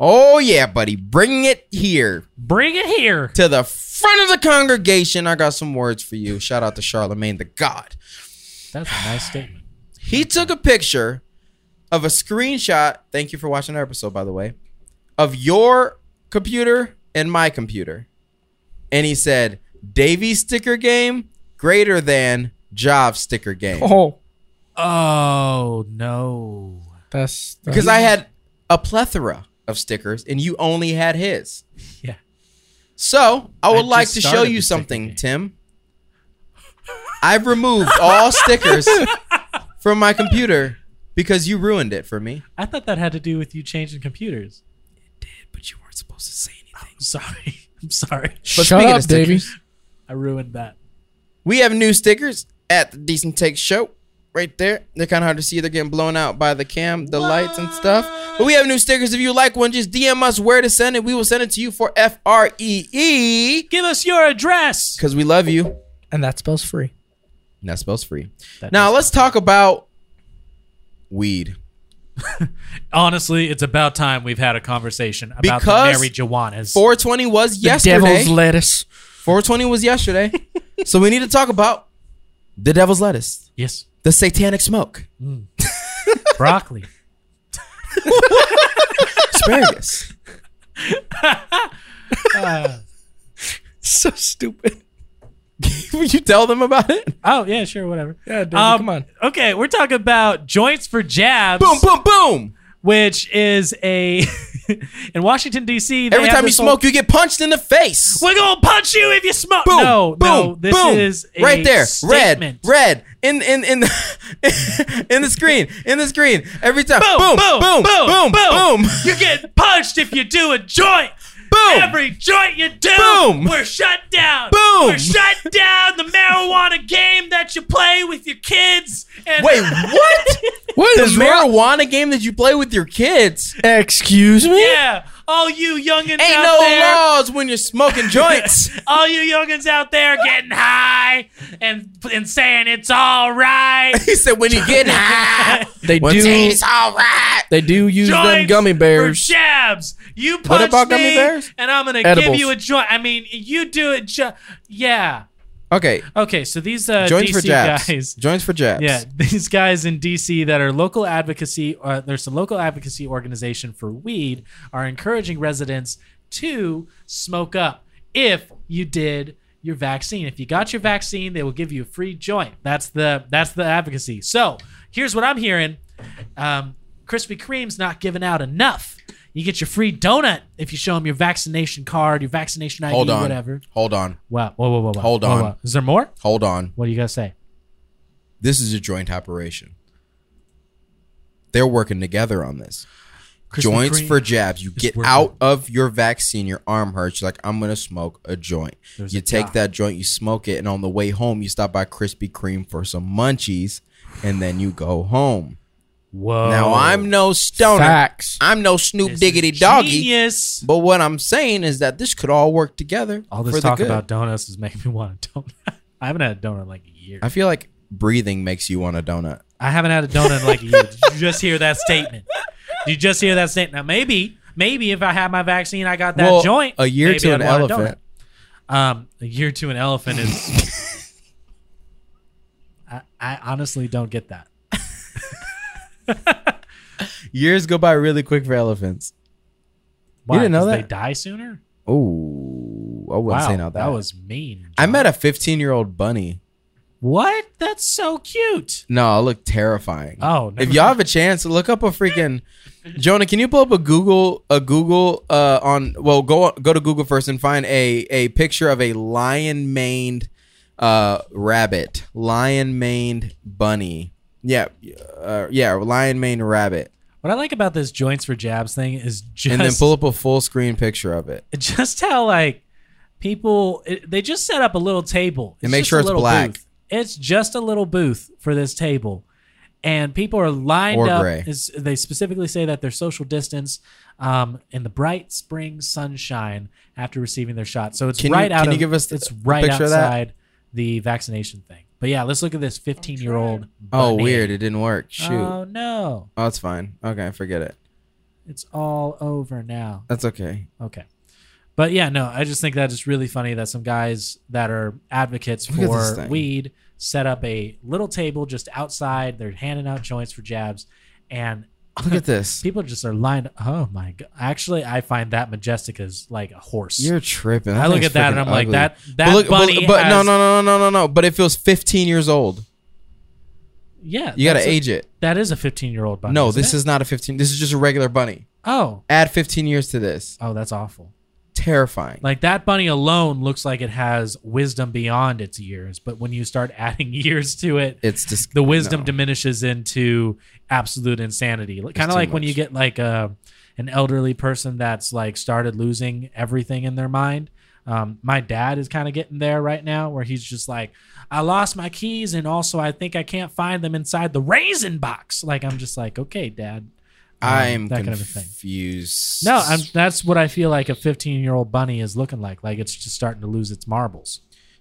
Oh yeah, buddy, bring it here bring it here. to the front of the congregation. I got some words for you. Shout out to Charlemagne the God. That's a nice statement. He took a picture of a screenshot. Thank you for watching our episode, by the way, of your computer and my computer. And he said, Davy sticker game greater than job sticker game. Oh, Oh no. that's that's- Because I had a plethora of stickers and you only had his. Yeah. So I I would like just to show started you the sticker something, game. Tim. I've removed all stickers from my computer because you ruined it for me. I thought that had to do with you changing computers. But you weren't supposed to say anything. I'm sorry. I'm sorry. But Shut speaking up, of stickers- Davey. I ruined that. We have new stickers at the Decent Take Show. Right there. They're kind of hard to see. They're getting blown out by the cam, the lights, and stuff. But we have new stickers. If you like one, just DM us where to send it. We will send it to you for F R E E. Give us your address. Because we love you. and that spells free. And that spells free. That now is- let's talk about weed. honestly, it's about time we've had a conversation about Because the Mary Joannas. 420 was The yesterday. devil's lettuce. 420 was yesterday. so we need to talk about the devil's lettuce, yes, the satanic smoke, broccoli. asparagus. So stupid. Will you tell them about it? Oh yeah, sure, whatever. Yeah, Davey, Um, come on. Okay, we're talking about joints for jabs, Boom, boom, boom. which is a in Washington D.C. they Every have time you this whole- smoke, you get punched in the face. we're gonna punch you if you smoke. Boom, no, boom, no, this boom. is a right there. Statement. Red, red in in in the, in the screen, in the screen. Every time, boom, boom, boom, boom, boom, boom, You get punched if you do a joint. Every joint you do, Boom. we're shut down. Boom. We're shut down. The marijuana game that you play with your kids. And Wait, what? What the is wrong? marijuana game that you play with your kids. Excuse me. yeah, all you youngins Ain't out no there, laws when you're smoking joints. all you youngins out there getting high and and saying it's all right. he said when you get high, They when do. it's all right. They do use them Joints gummy for bears. jabs. You punch about gummy me, bears? and I'm gonna give Edibles. you a joint. I mean, you do it. Ju- yeah. Okay, Okay, so these uh, joints DC for jabs. guys. Joints for jabs. Yeah, these guys in DC that are local advocacy, uh, there's a local advocacy organization for weed, are encouraging residents to smoke up. If you did your vaccine, if you got your vaccine, they will give you a free joint. That's the that's the advocacy. So here's what I'm hearing: um, Krispy Kreme's not giving out enough. You get your free donut if you show them your vaccination card, your vaccination ID, Hold on. whatever. Hold on. Wow, whoa, whoa, whoa, whoa. Hold Whoa, on. whoa. Is there more? Hold on. What do you guys say? This is a joint operation. They're working together on this. Krispy joints Kreme. for jabs. You get working. out of your vaccine, your arm hurts. You're like, I'm gonna smoke a joint. There's you a take dot. that joint, you smoke it, and on the way home, you stop by Krispy Kreme for some munchies, and then you go home. Whoa. Now I'm no stoner. Facts. I'm no Snoop Oh. This Diggity is Doggy. Genius. But what I'm saying is that this could all work together. All for this the talk good. about donuts is making me want a donut. I haven't had a donut in like a year. I feel like breathing makes you want a donut. I haven't had a donut in like a year. Did you just hear that statement? Did you just hear that statement? Now maybe, maybe if I had my vaccine, I got that Well, joint. a year maybe to I'd an want a elephant. donut. Um, a year to an elephant is. I, I honestly don't get that. Years go by really quick for elephants. Why? didn't know 'Cause They that? die sooner. Oh, I wouldn't Wow, say that. not that. was mean. I met a 15 year old bunny. what? That's so cute. No, it looked terrifying. Oh, never if y'all have a chance, look up a freaking Jonah. Can you pull up a Google a Google uh on well go go to Google first and find a a picture of a lion maned uh rabbit, lion maned bunny. Yeah, uh, yeah, lion maned rabbit. What I like about this joints for jabs thing is just and then pull up a full screen picture of it just how like people it, they just set up a little table And make just sure a it's little black. booth. it's just a little booth for this table and people are lined Or up gray. It's- they specifically say that they're social distance um, in the bright spring sunshine after receiving their shot so it's Can you- right out can you of- give us it's a right picture of that? outside the vaccination thing but yeah let's look at this 15 year old oh weird it didn't work shoot oh no oh it's fine okay forget it it's all over now that's okay Okay. But yeah, no, I just think that is really funny that some guys that are advocates Look at this for thing. weed set up a little table just outside. They're handing out joints for jabs, and look at this people just are lined. Oh my god! Actually, I find that majestic as like a horse. you're tripping That I look thing's at that and freaking I'm like, ugly. that that but look, but, bunny. but no has- no no no no no but it feels 15 years old Yeah, you gotta that's a- age it That is a 15 year old bunny. no isn't this it? is not a 15 this is just a regular bunny Oh, add 15 years to this oh, that's awful. terrifying Like that bunny alone looks like it has wisdom beyond its years, but when you start adding years to it, it's just the wisdom no. diminishes into absolute insanity. Kind too of like when you much. get like a an elderly person that's like started losing everything in their mind. Um, my dad is kind of getting there right now, where he's just like, I lost my keys, and also I think I can't find them inside the raisin box. Like I'm just like, okay, dad. Um, i'm that kind of a thing. confused No, I'm, that's what I feel like a 15 year old bunny is looking like. Like it's just starting to lose its marbles.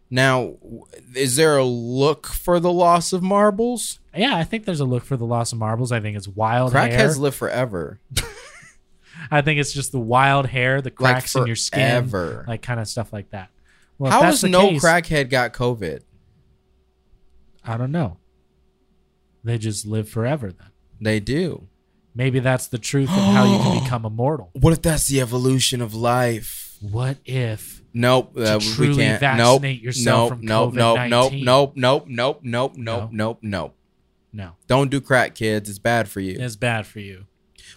now w- is there a look for the loss of marbles Yeah, I think there's a look for the loss of marbles. I think it's wild hair. crackheads live forever I think it's just the wild hair, the Like cracks in your skin, forever. like kind of stuff like that. Well, if how that's has the no case, crackhead got covid I don't know. They just live forever. Then they do maybe that's the truth of how you can become immortal. what if that's the evolution of life What if? Nope, To uh, we truly can't. Nope, vaccinate yourself nope, from nope, nope, nope, COVID-19. nope, nope, nope, nope, nope, No. nope, nope. No, Don't do crack, kids. It's bad for you. it's bad for you.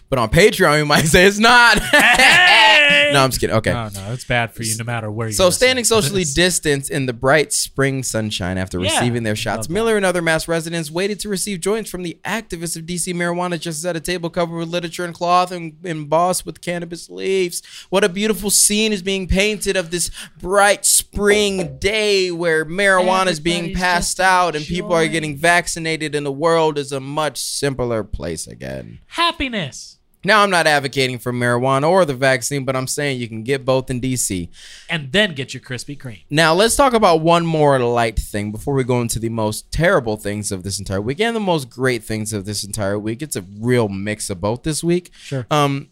But on Patreon, you might say it's not. Hey! no, I'm just kidding. Okay. No, no, it's bad for you no matter where you. So, standing socially did distanced in the bright spring sunshine after Yeah. receiving their shots, Love that. Miller and other mass residents waited to receive joints from the activists of DC marijuana just at a table covered with literature and cloth and embossed with cannabis leaves. What a beautiful scene is being painted of this bright spring day where marijuana is being Everybody's passed just out and people are enjoying. getting vaccinated, and the world is a much simpler place again. happiness Now, I'm not advocating for marijuana or the vaccine, but I'm saying you can get both in DC. and then get your Krispy Kreme. Now let's talk about one more light thing before we go into the most terrible things of this entire week and the most great things of this entire week. It's a real mix of both this week. Sure. Um,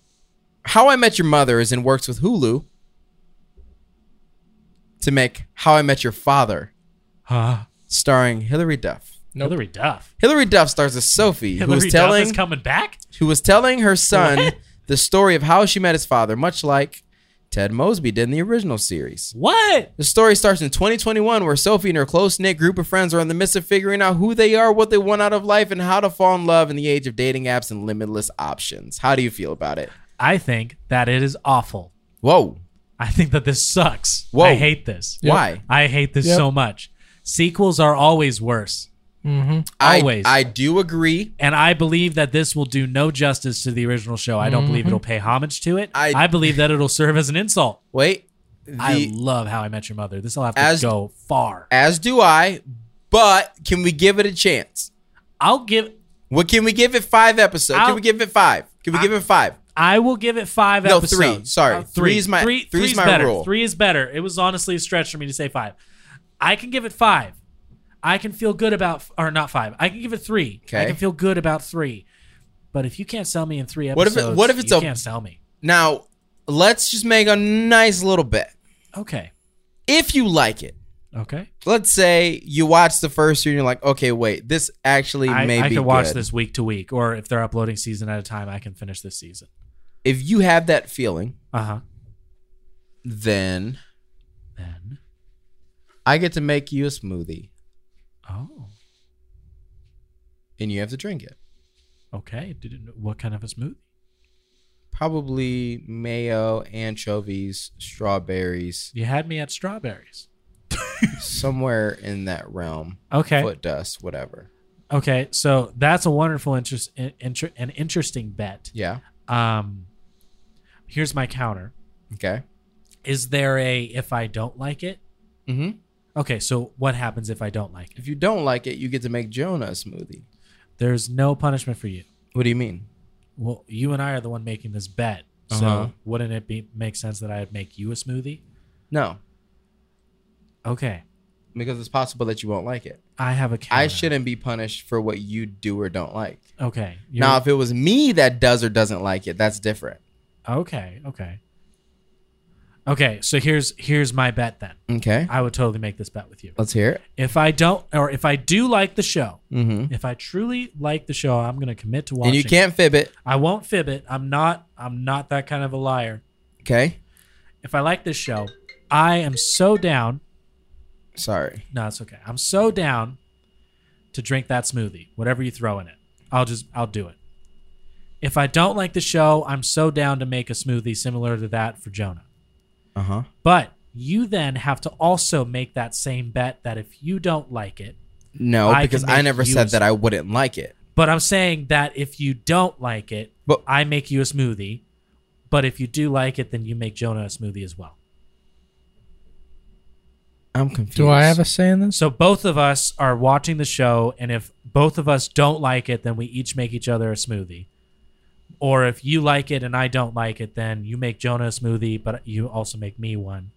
How I Met Your Mother is in works with Hulu to make How I Met Your Father, Huh? starring Hilary Duff. Hillary Duff. Hilary Duff stars as Sophie, who Hillary is Duff telling is coming back. who was telling her son What? the story of how she met his father, much like Ted Mosby did in the original series. What? The story starts in 2021, where Sophie and her close knit group of friends are in the midst of figuring out who they are, what they want out of life, and how to fall in love in the age of dating apps and limitless options. How do you feel about it? I think that it is awful. Whoa. I think that this sucks. Whoa. I hate this. Why? I hate this Yep. so much. Sequels are always worse. Mm-hmm. Always. I, I do agree. And I believe that this will do no justice to the original show. I don't believe it'll pay homage to it. I- I, believe that it'll serve as an insult. Wait. The, I love How I Met Your Mother. This will have to As- go far. as do I, but can we give it a chance? I'll give. What can we give it five episodes? can I'll- we give it five? Can we give it five? I will give it five No, episodes. Uh, three. Sorry. Three is my- three. three is three's my better. rule. Three is better. It was honestly a stretch for me to say five. I can give it five. I can feel good about or not five. I can give it three. Okay. I can feel good about three. But if you can't sell me in three What if episodes, it- what if it's you a- can't sell me? Now, let's just make a nice little bet. Okay. If you like it, Okay. let's say you watch the first three and you're like, okay, wait, this actually I, may I be can watch good. this week to week, or if they're uploading season at a time, I can finish this season. If you have that feeling, Uh huh. then Then I get to make you a smoothie oh and you have to drink it. okay. Did, what kind of a smoothie? Probably mayo, anchovies, strawberries, You had me at strawberries. somewhere in that realm. Okay. Foot dust, whatever. Okay, so that's a wonderful interest, in- inter, an interesting bet. Yeah. Um, here's my counter: Okay. Is there a if I don't like it? Mm-hmm. Okay, so what happens if I don't like it? If you don't like it, you get to make Jonah a smoothie. There's no punishment for you. What do you mean? Well, you and I are the one making this bet, so Uh-huh. wouldn't it be make sense that I'd make you a smoothie? No, Okay, because it's possible that you won't like it. I have a counter. I shouldn't be punished for what you do or don't like. Okay. you're- Now, if it was me that does or doesn't like it, that's different. Okay. Okay. Okay. So here's here's my bet then. Okay. I would totally make this bet with you. Let's hear it. If I don't, or if I do like the show, Mm-hmm. if I truly like the show, I'm gonna commit to watching. And you can't fib it. I won't fib it. I'm not. I'm not that kind of a liar. Okay. If I like this show, I am so down. Sorry. No, it's okay. I'm so down to drink that smoothie, whatever you throw in it. I'll just, I'll do it. If I don't like the show, I'm so down to make a smoothie similar to that for Jonah. Uh Uh-huh. huh. But you then have to also make that same bet that if you don't like it, No, I because can I make never you said a- that I wouldn't like it. but I'm saying that if you don't like it, But- I make you a smoothie. But if you do like it, then you make Jonah a smoothie as well. I'm confused. Do I have a say in this? So both of us are watching the show, and if both of us don't like it, then we each make each other a smoothie. Or if you like it and I don't like it, then you make Jonah a smoothie, but you also make me one.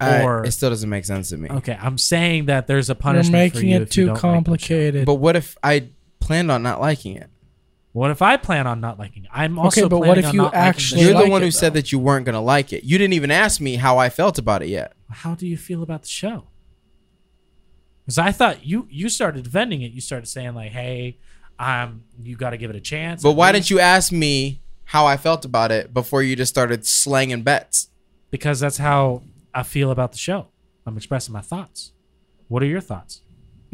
I- or- Oh, it still doesn't make sense to me. Okay, I'm saying that there's a You're punishment. for making you it if you too don't like the show. complicated. But what if I planned on not liking it? What if I plan on not liking? it? I'm also. Okay, but what planning if on you not liking the actually show. You're the like one it, who said though. that you weren't gonna like it. You didn't even ask me how I felt about it yet. How do you feel about the show? Because I thought you you started defending it. You started saying like, "Hey, um, you got to give it a chance." But at why least. didn't you ask me how I felt about it before you just started slanging bets? because that's how I feel about the show. I'm expressing my thoughts. What are your thoughts?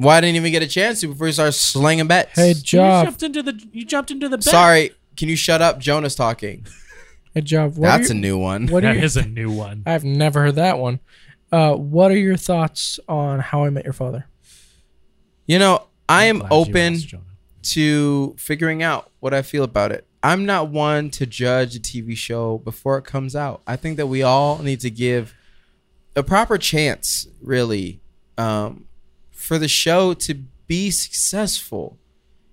Why didn't you even get a chance to before you started slanging bets? hey, You job. jumped into the you jumped into the bed. sorry, can you shut up? Jonah's talking. Hey, job. What That's are a your, new one. What are That your, is a new one. I've never heard that one. Uh, what are your thoughts on How I Met Your Father? You know, I I'm am glad you open asked, Jonah. to figuring out what I feel about it. I'm not one to judge a TV show before it comes out. I think that we all need to give a proper chance, really, um, for the show to be successful.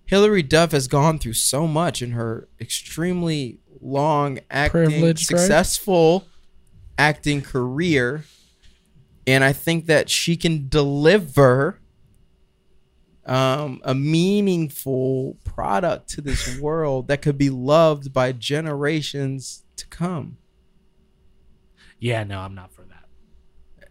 Hilary Duff has gone through so much in her extremely long acting, Privileged, right? successful acting career. And I think that she can deliver um, a meaningful product to this world that could be loved by generations to come. Yeah, no, I'm not for that.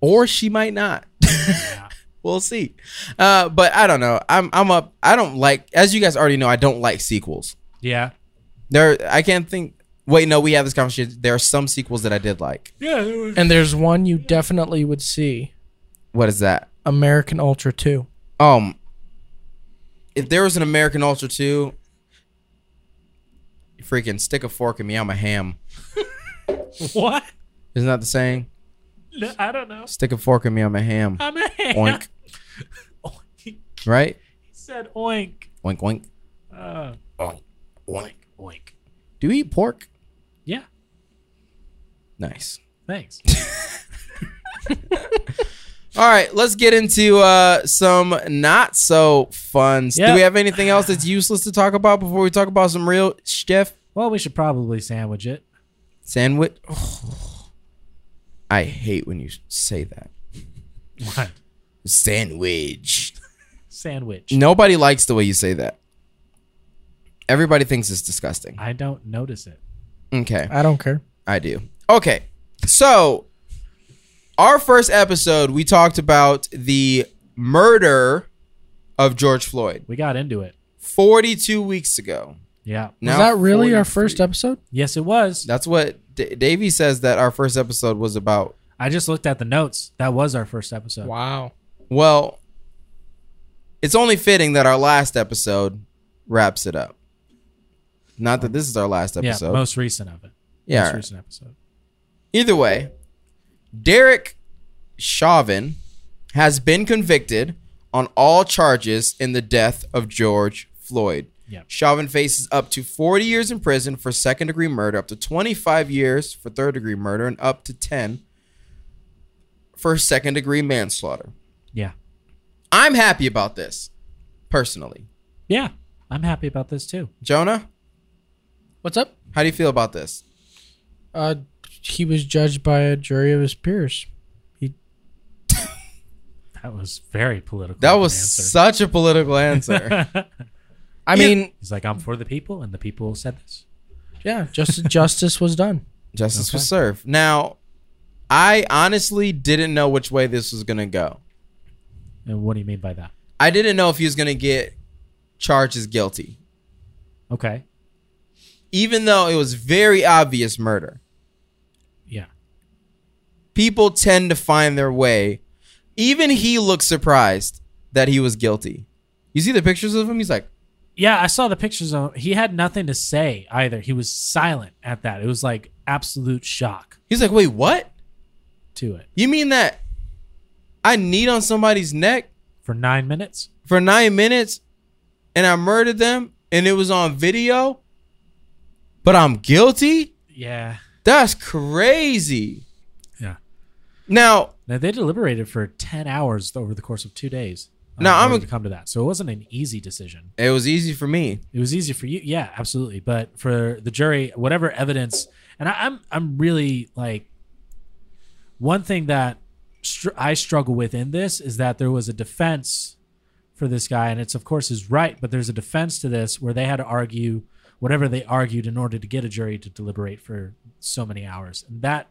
Or she might not. Yeah. we'll see. Uh, but I don't know. I'm I'm up. I don't like. As you guys already know, I don't like sequels. yeah. There, I can't think. Wait, no, we have this conversation. There are some sequels that I did like. Yeah. And there's one you definitely would see What is that? American Ultra 2. Um, if there was an American Ultra two, freaking stick a fork in me. I'm a ham. what? Isn't that the saying? No, I don't know. Stick a fork in me. I'm a ham. I'm a ham. Oink. Oink. He Right? said oink. Wink, wink. Uh, Oink, oink. oink. Do you eat pork? Yeah. Nice. Thanks. All right, let's get into uh, some not so fun. Yeah. Do we have anything else that's useless to talk about before we talk about some real stuff? well, we should probably sandwich it. Sandwich. I hate when you say that. What? Sandwich. Sandwich. Nobody likes the way you say that. Everybody thinks it's disgusting. I don't notice it. Okay, I don't care. I do. Okay, so our first episode, we talked about the murder of George Floyd We got into it. 42 weeks ago. Yeah. Is Now that really our first 43. episode? Yes, it was. That's what D- Davey says that our first episode was about. I just looked at the notes. That was our first episode. Wow. Well, it's only fitting that our last episode wraps it up. Not that this is our last yeah, episode. most recent of it. Yeah, Most recent episode. Either way, Derek Chauvin has been convicted on all charges in the death of George Floyd. Yep. Chauvin faces up to 40 years in prison for second degree murder, up to 25 years for third degree murder, and up to 10 for second degree manslaughter. Yeah. I'm happy about this, personally. Yeah. I'm happy about this too. Jonah, What's up? how do you feel about this? Uh, he was judged by a jury of his peers. That was very political. That of an was answer. such a political answer. Yeah. I mean, He's like, I'm for the people, and the people said this. yeah, just justice was done. Justice Okay. was served. Now, I honestly didn't know which way this was going to go. And what do you mean by that? I didn't know if he was going to get charged as guilty, Okay. even though it was very obvious murder. Yeah. People tend to find their way. Even he looked surprised that he was guilty. You see the pictures of him? He's like, Yeah, I saw the pictures of him. He had nothing to say either. He was silent at that. It was like absolute shock he's like, wait, what? to it. You mean that I kneed on somebody's neck For nine minutes? for nine minutes and I murdered them and it was on video, but I'm guilty? Yeah. That's crazy. Yeah. Now, Now they deliberated for ten hours over the course of two days. uh, Now, in I'm order a- to come to that. So it wasn't an easy decision. it was easy for me. It was easy for you, yeah, absolutely. But for the jury, whatever evidence, and I, I'm I'm really like one thing that str- I struggle with in this is that there was a defense for this guy, and it's of course his right, but there's a defense to this where they had to argue whatever they argued in order to get a jury to deliberate for so many hours, and that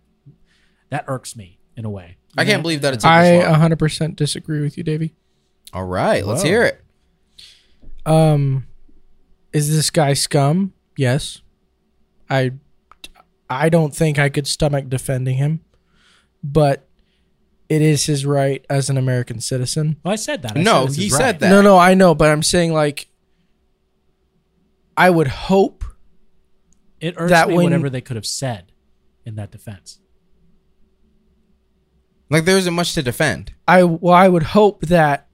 that irks me in a way. I can't believe that it took I uh-huh. this long. 100% disagree with you, Davey. All right, let's Whoa. hear it. Um, is this guy scum? Yes. I, I don't think I could stomach defending him, but it is his right as an American citizen. Well, I said that. I No, it's he his said right. that. No, no, I know, but I'm saying like, I would hope It irks That me when- whatever they could have said in that defense. Like there isn't much to defend. I well, I would hope that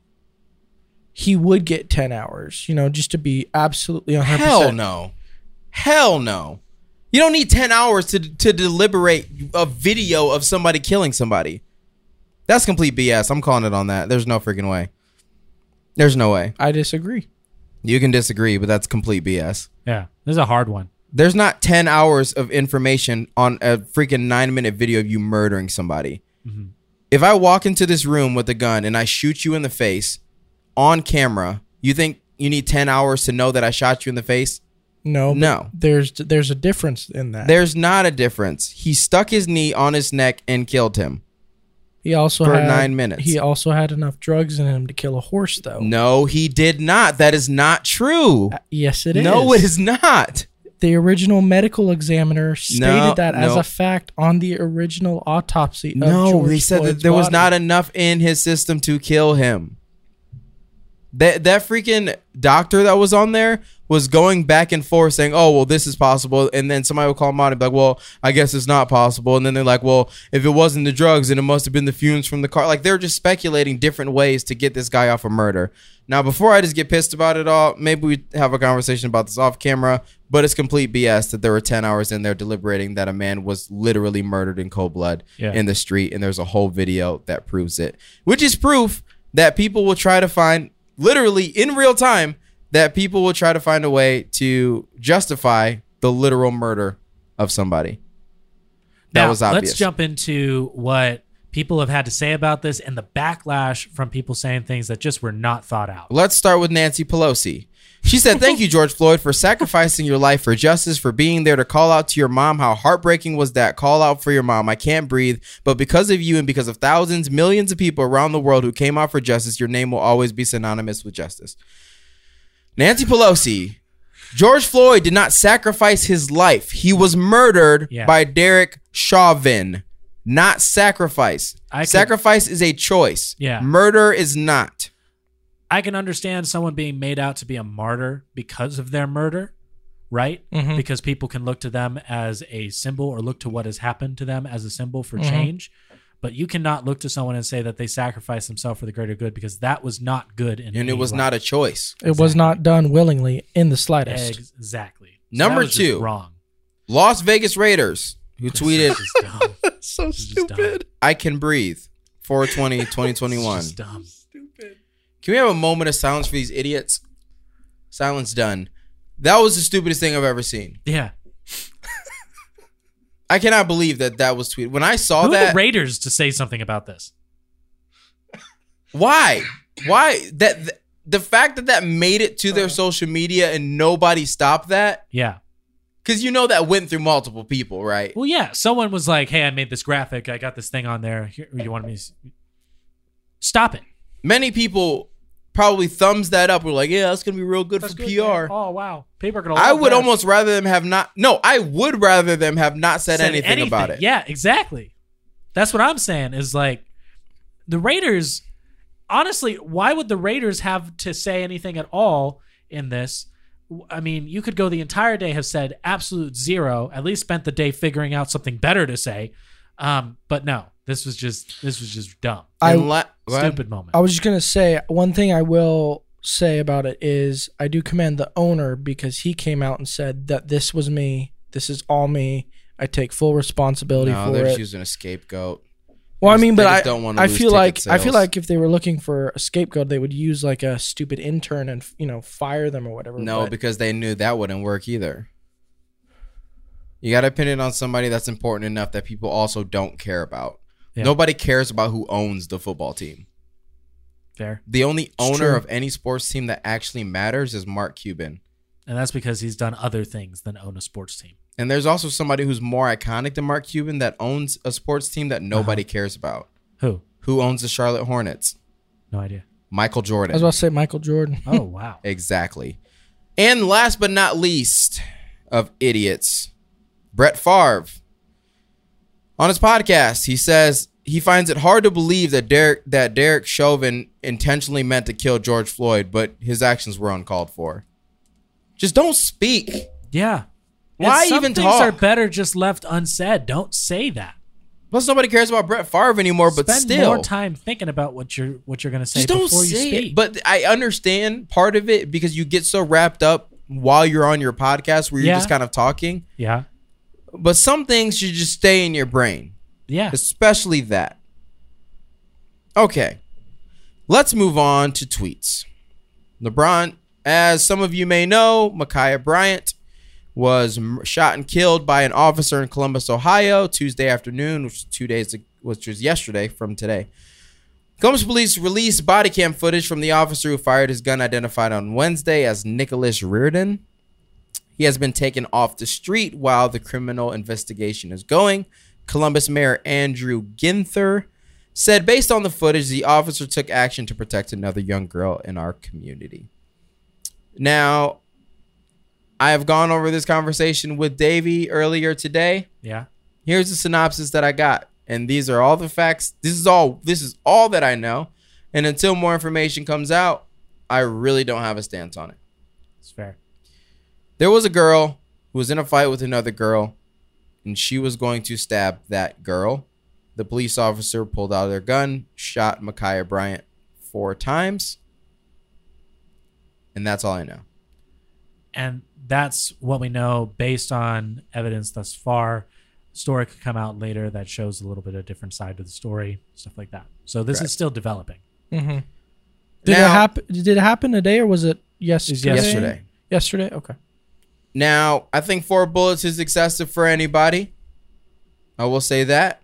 he would get ten hours. You know, just to be absolutely one hundred Hell percent. no. Hell no. You don't need 10 hours to to deliberate a video of somebody killing somebody. That's complete BS. I'm calling it on that. There's no freaking way. There's no way. I disagree. You can disagree, but that's complete BS. Yeah, this is a hard one. There's not 10 hours of information on a freaking 9-minute video of you murdering somebody. If I walk into this room with a gun and I shoot you in the face on camera, you think you need 10 hours to know that I shot you in the face? No, but No. There's there's a difference in that. There's not a difference. He stuck his knee on his neck and killed him. he also for had, nine minutes. He also had enough drugs in him to kill a horse, though. Uh, No, he did not. That is not true. Yes, it is. no, it is not. The original medical examiner stated No, that as no. a fact on the original autopsy. Of No, George they said that Floyd's there was body. not enough in his system to kill him. That that freaking doctor that was on there was going back and forth saying, "Oh, well, this is possible," and then somebody would call him out and be like, "Well, I guess it's not possible." And then they're like, "Well, if it wasn't the drugs, then it must have been the fumes from the car." Like they're just speculating different ways to get this guy off a murder. Now, before I just get pissed about it all, maybe we have a conversation about this off camera. But it's complete BS that there were ten hours in there deliberating that a man was literally murdered in cold blood Yeah. in the street, and there's a whole video that proves it, which is proof that people will try to find literally in real time that people will try to find a way to justify the literal murder of somebody. That Now, was obvious. Let's jump into what people have had to say about this and the backlash from people saying things that just were not thought out. Let's start with Nancy Pelosi. She said, Thank you, George Floyd, for sacrificing your life for justice, for being there to call out to your mom. How heartbreaking was that? Call out for your mom. I can't breathe. But because of you and because of thousands, millions of people around the world who came out for justice, your name will always be synonymous with justice. Nancy Pelosi, George Floyd did not sacrifice his life. He was murdered Yeah. by Derek Chauvin, not sacrifice. I could- sacrifice is a choice, Yeah. murder is not. I can understand someone being made out to be a martyr because of their murder, right? Mm-hmm. Mhm. Because Mm-hmm. people can look to them as a symbol or look to what has happened to them as a symbol for change. But you cannot look to someone and say that they sacrificed themselves for the greater good because that was not good. In and it any was way. not a choice. It was not done willingly in the slightest. exactly. Number that was just two. wrong. Las Vegas Raiders, who tweeted, This is dumb. That's so is just dumb. I can breathe. 420 This 2021. is just dumb. Stupid. Can we have a moment of silence for these idiots? Silence done. That was the stupidest thing I've ever seen. Yeah. I cannot believe that that was tweeted. When I saw Who are that, the Raiders to say something about this? why? Why that th- the fact that that made it to their Uh. social media and nobody stopped that? Yeah. Cuz you know that went through multiple people, right? Well, yeah. Someone was like, "Hey, I made this graphic. I got this thing on there. Here, you wanted me?" to s- Stop it. Many people probably thumbs that up. We're like, "Yeah, that's going to be real good for PR." Oh wow, paper could. I would almost rather them have not. No, I would rather them have not said, anything, about it. Yeah, exactly. That's what I'm saying. Is like the Raiders. Honestly, why would the Raiders have to say anything at all in this? W- I mean, you could go the entire day have said absolute zero. At least spent the day figuring out something better to say. Um, but no, this was just this was just dumb, I- And la- go ahead. stupid moment. I was just gonna say one thing I will say about it is I do commend the owner because he came out and said that this was me, this is all me. I take full responsibility No, for they're just it. using a scapegoat. Well, I just- mean, they but just I don't wanna I lose feel like ticket I feel sales. like if they were looking for a scapegoat, they would use like a stupid intern and you know fire them or whatever. No, but- because they knew that wouldn't work either. You got to pin it on somebody that's important enough that people also don't care about. Yeah. Nobody cares about who owns the football team. Fair, The only owner true. of any sports team that actually matters is Mark Cuban. and that's because he's done other things than own a sports team. And there's also somebody who's more iconic than Mark Cuban that owns a sports team that nobody Uh-huh. cares about. Who? Who owns the Charlotte Hornets? No idea. Michael I Jordan. was about to say Michael Jordan. Oh wow. Exactly. And last but not least of idiots, Brett Favre. On his podcast, he says he finds it hard to believe that Derek that Derek Chauvin intentionally meant to kill George Floyd, but his actions were uncalled for. Just don't speak. Yeah. Why And some even things talk? are better just left unsaid. Don't say that. Plus, nobody cares about Brett Favre anymore. But Spend still, more time thinking about what you're what you're gonna say just don't before you say speak. it. But I understand part of it because you get so wrapped up while you're on your podcast where you're Yeah. just kind of talking. yeah, But some things should just stay in your brain, yeah. especially that. Okay, let's move on to tweets. LeBron, as some of you may know, Micaiah Bryant was m- shot and killed by an officer in Columbus, Ohio, Tuesday afternoon, which was two days, ag- which was yesterday from today. Columbus police released body cam footage from the officer who fired his gun, identified on Wednesday as Nicholas Reardon. He has been taken off the street while the criminal investigation is going. Columbus Mayor Andrew Ginther said, based on the footage, the officer took action to protect another young girl in our community. Now, I have gone over this conversation with Davey earlier today. yeah. Here's the synopsis that I got, and these are all the facts. This is all. This is all that I know, and until more information comes out, I really don't have a stance on it. It's fair. There was a girl who was in a fight with another girl, and she was going to stab that girl. The police officer pulled out their gun, shot Micaiah Bryant four times. And that's all I know. And that's what we know based on evidence thus far. Story could come out later that shows a little bit of different side to the story, stuff like that. So this Right. is still developing. hmm Did Now- it happen? Did it happen today or was it yesterday? Yesterday. Yesterday. Okay. Now, I think four bullets is excessive for anybody. I will say that.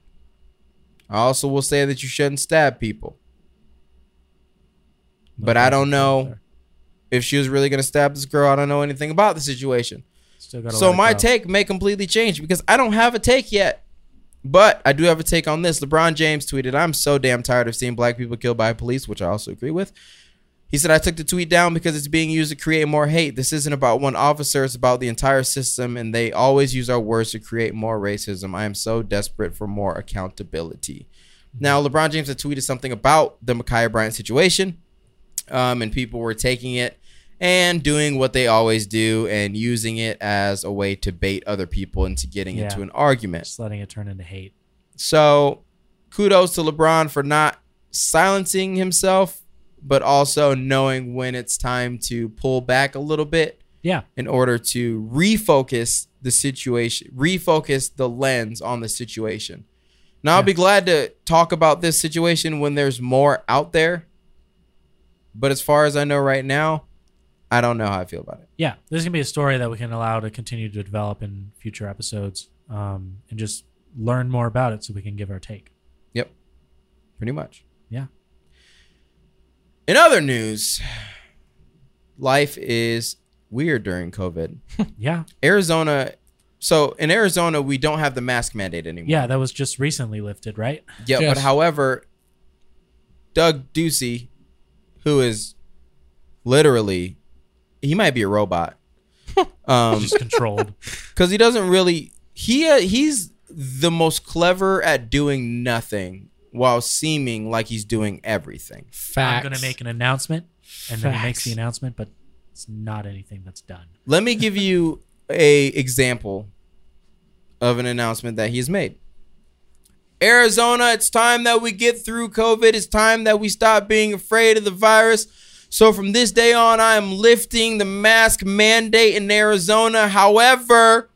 I also will say that you shouldn't stab people. But I don't know if she was really going to stab this girl. I don't know anything about the situation. Still got a lot So of my growth. take may completely change because I don't have a take yet. But I do have a take on this. LeBron James tweeted, I'm so damn tired of seeing black people killed by police, which I also agree with. He said, I took the tweet down because it's being used to create more hate. This isn't about one officer, it's about the entire system, and they always use our words to create more racism. I am so desperate for more accountability. Now, LeBron James had tweeted something about the Micaiah Bryant situation, um, and people were taking it and doing what they always do and using it as a way to bait other people into getting Yeah. into an argument. just letting it turn into hate. So kudos to LeBron for not silencing himself, but also knowing when it's time to pull back a little bit Yeah. in order to refocus the situation, refocus the lens on the situation. Now, I'll Yeah. be glad to talk about this situation when there's more out there. But as far as I know right now, I don't know how I feel about it. Yeah. There's going to be a story that we can allow to continue to develop in future episodes um, and just learn more about it so we can give our take. Yep. Pretty much. Yeah. In other news, life is weird during COVID. Yeah. Arizona. So in Arizona, we don't have the mask mandate anymore. Yeah. That was just recently lifted, right? Yeah, Yes. but however, Doug Ducey, who is literally, he might be a robot, um, Just controlled. because he doesn't really. He uh, he's the most clever at doing nothing while seeming like he's doing everything. Facts. I'm going to make an announcement. And then he makes the Facts. announcement, but it's not anything that's done. Let me give you a example of an announcement that he's made. Arizona, it's time that we get through COVID. It's time that we stop being afraid of the virus. So from this day on, I am lifting the mask mandate in Arizona. However,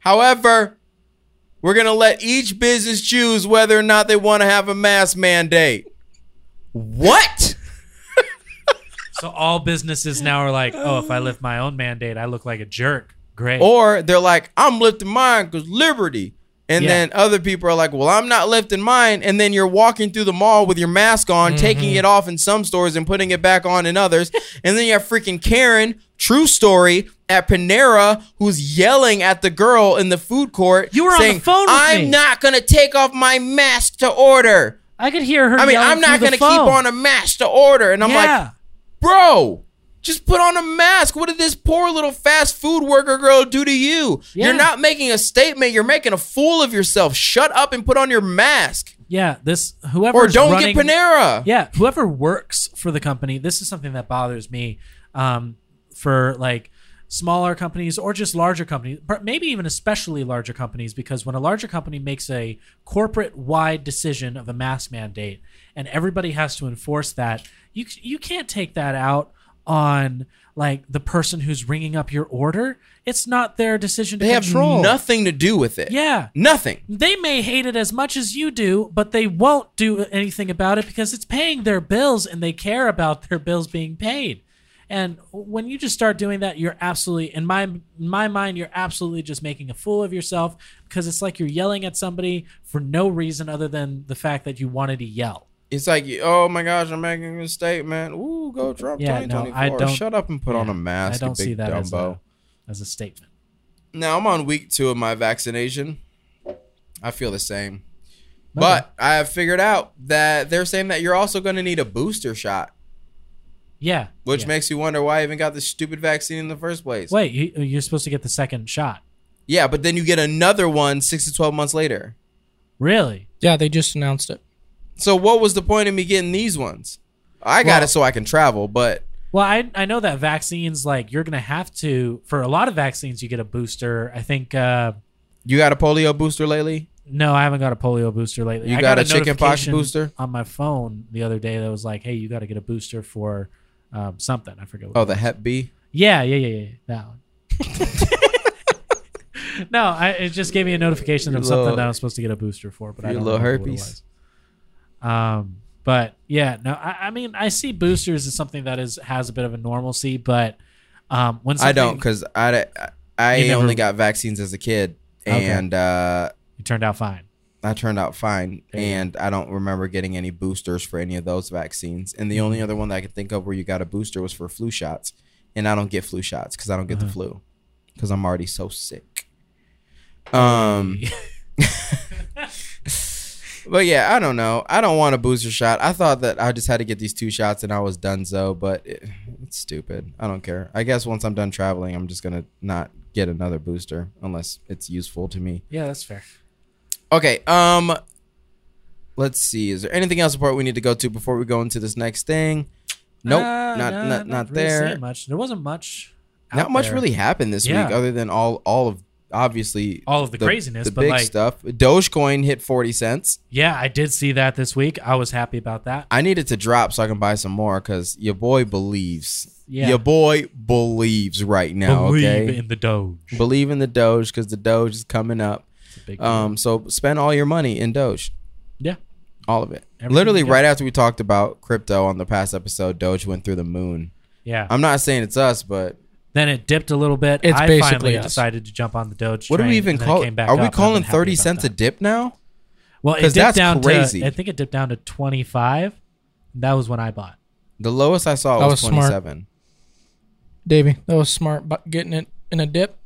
however, we're going to let each business choose whether or not they want to have a mask mandate. What? So all businesses now are like, oh, if I lift my own mandate, I look like a jerk. Great. Or they're like, I'm lifting mine because liberty. And Yeah. then other people are like, well, I'm not lifting mine. And then you're walking through the mall with your mask on, Mm-hmm. taking it off in some stores and putting it back on in others. and then you have freaking Karen, true story, at Panera, who's yelling at the girl in the food court. You were on the saying, phone with I'm me." not going to take off my mask to order. I could hear her. I mean, yelling I'm not through going the to keep phone. on a mask to order. And I'm like, yeah. bro just put on a mask what did this poor little fast food worker girl do to you Yeah. you're not making a statement you're making a fool of yourself shut up and put on your mask yeah. This whoever or don't running, get panera Yeah, whoever works for the company. This is something that bothers me. Um, for like smaller companies or just larger companies, but maybe even especially larger companies, because when a larger company makes a corporate-wide decision of a mask mandate and everybody has to enforce that, you c- you can't take that out on like the person who's ringing up your order. It's not their decision to they have control. nothing to do with it Yeah nothing they may hate it as much as you do, but they won't do anything about it because it's paying their bills and they care about their bills being paid. And when you just start doing that, you're absolutely in my in my mind, you're absolutely just making a fool of yourself because it's like you're yelling at somebody for no reason other than the fact that you wanted to yell. it's like oh my gosh i'm making a statement ooh go trump Yeah, no, 2024 I don't- shut up and put on a mask I don't you see big that as dumbo a, as a statement. now i'm on week two of my vaccination i feel the same Okay. but i have figured out that they're saying that you're also going to need a booster shot Yeah, Which yeah. makes you wonder why I even got this stupid vaccine in the first place. wait, you, you're supposed to get the second shot, Yeah, but then you get another one six to 12 months later. really? Yeah, they just announced it. So, what was the point of me getting these ones? I got Well- it so I can travel, but Well, I, I know that vaccines, like, you're going to have to, for a lot of vaccines, you get a booster. I think, uh, you got a polio booster lately? no, I haven't got a polio booster lately. You I got a chickenpox notification booster? On my phone the other day that was like, hey, you got to get a booster for um, something. I forget what. Oh, the Hep B? Yeah, yeah, yeah, yeah. That one. no, I, it just gave me a notification Your of something little- that I was supposed to get a booster for, but I your don't little remember what it herpes. was. Um, but yeah, no, I, I mean, I see boosters as something that is has a bit of a normalcy, but um, when something, I don't because I, I, I You never- only got vaccines as a kid Okay. and uh, it turned out fine. I turned out fine. There you go. and I don't remember getting any boosters for any of those vaccines. And the Mm-hmm. only other one that I could think of where you got a booster was for flu shots. And I don't get flu shots because I don't get the Uh-huh. flu because I'm already so sick. Um, but yeah, I don't know. I don't want a booster shot. I thought that I just had to get these two shots and I was done so, but it, it's stupid. I don't care. I guess once I'm done traveling, I'm just going to not get another booster unless it's useful to me. yeah, that's fair. Okay. Um. Let's see. Is there anything else important we need to go to before we go into this next thing? Nope. Uh, not no, not not, really there. seeing Much. There wasn't much. Not out much there. really happened this Yeah. week, other than all all of obviously all of the, craziness, the but big like, stuff. Dogecoin hit forty cents. yeah, I did see that this week. I was happy about that. I need it to drop so I can buy some more because your boy believes. Yeah. Your boy believes right now. Believe okay. in the Doge. Believe in the Doge because the Doge is coming up. It's a big Um, so spend all your money in Doge. Yeah. All of it. Everything Literally, you got. right after we talked about crypto on the past episode, Doge went through the moon. yeah. I'm not saying it's us, but then it dipped a little bit. It's I basically finally us. decided to jump on the Doge. what do we train, even and then it call came it? back Are up, we and I'm calling happy 30 about cents a that. dip now? Well, it 'Cause dipped that's down crazy. to. I think it dipped down to twenty five. That was when I bought. The lowest I saw That was, was smart. 27. Davey, that was smart, but getting it in a dip.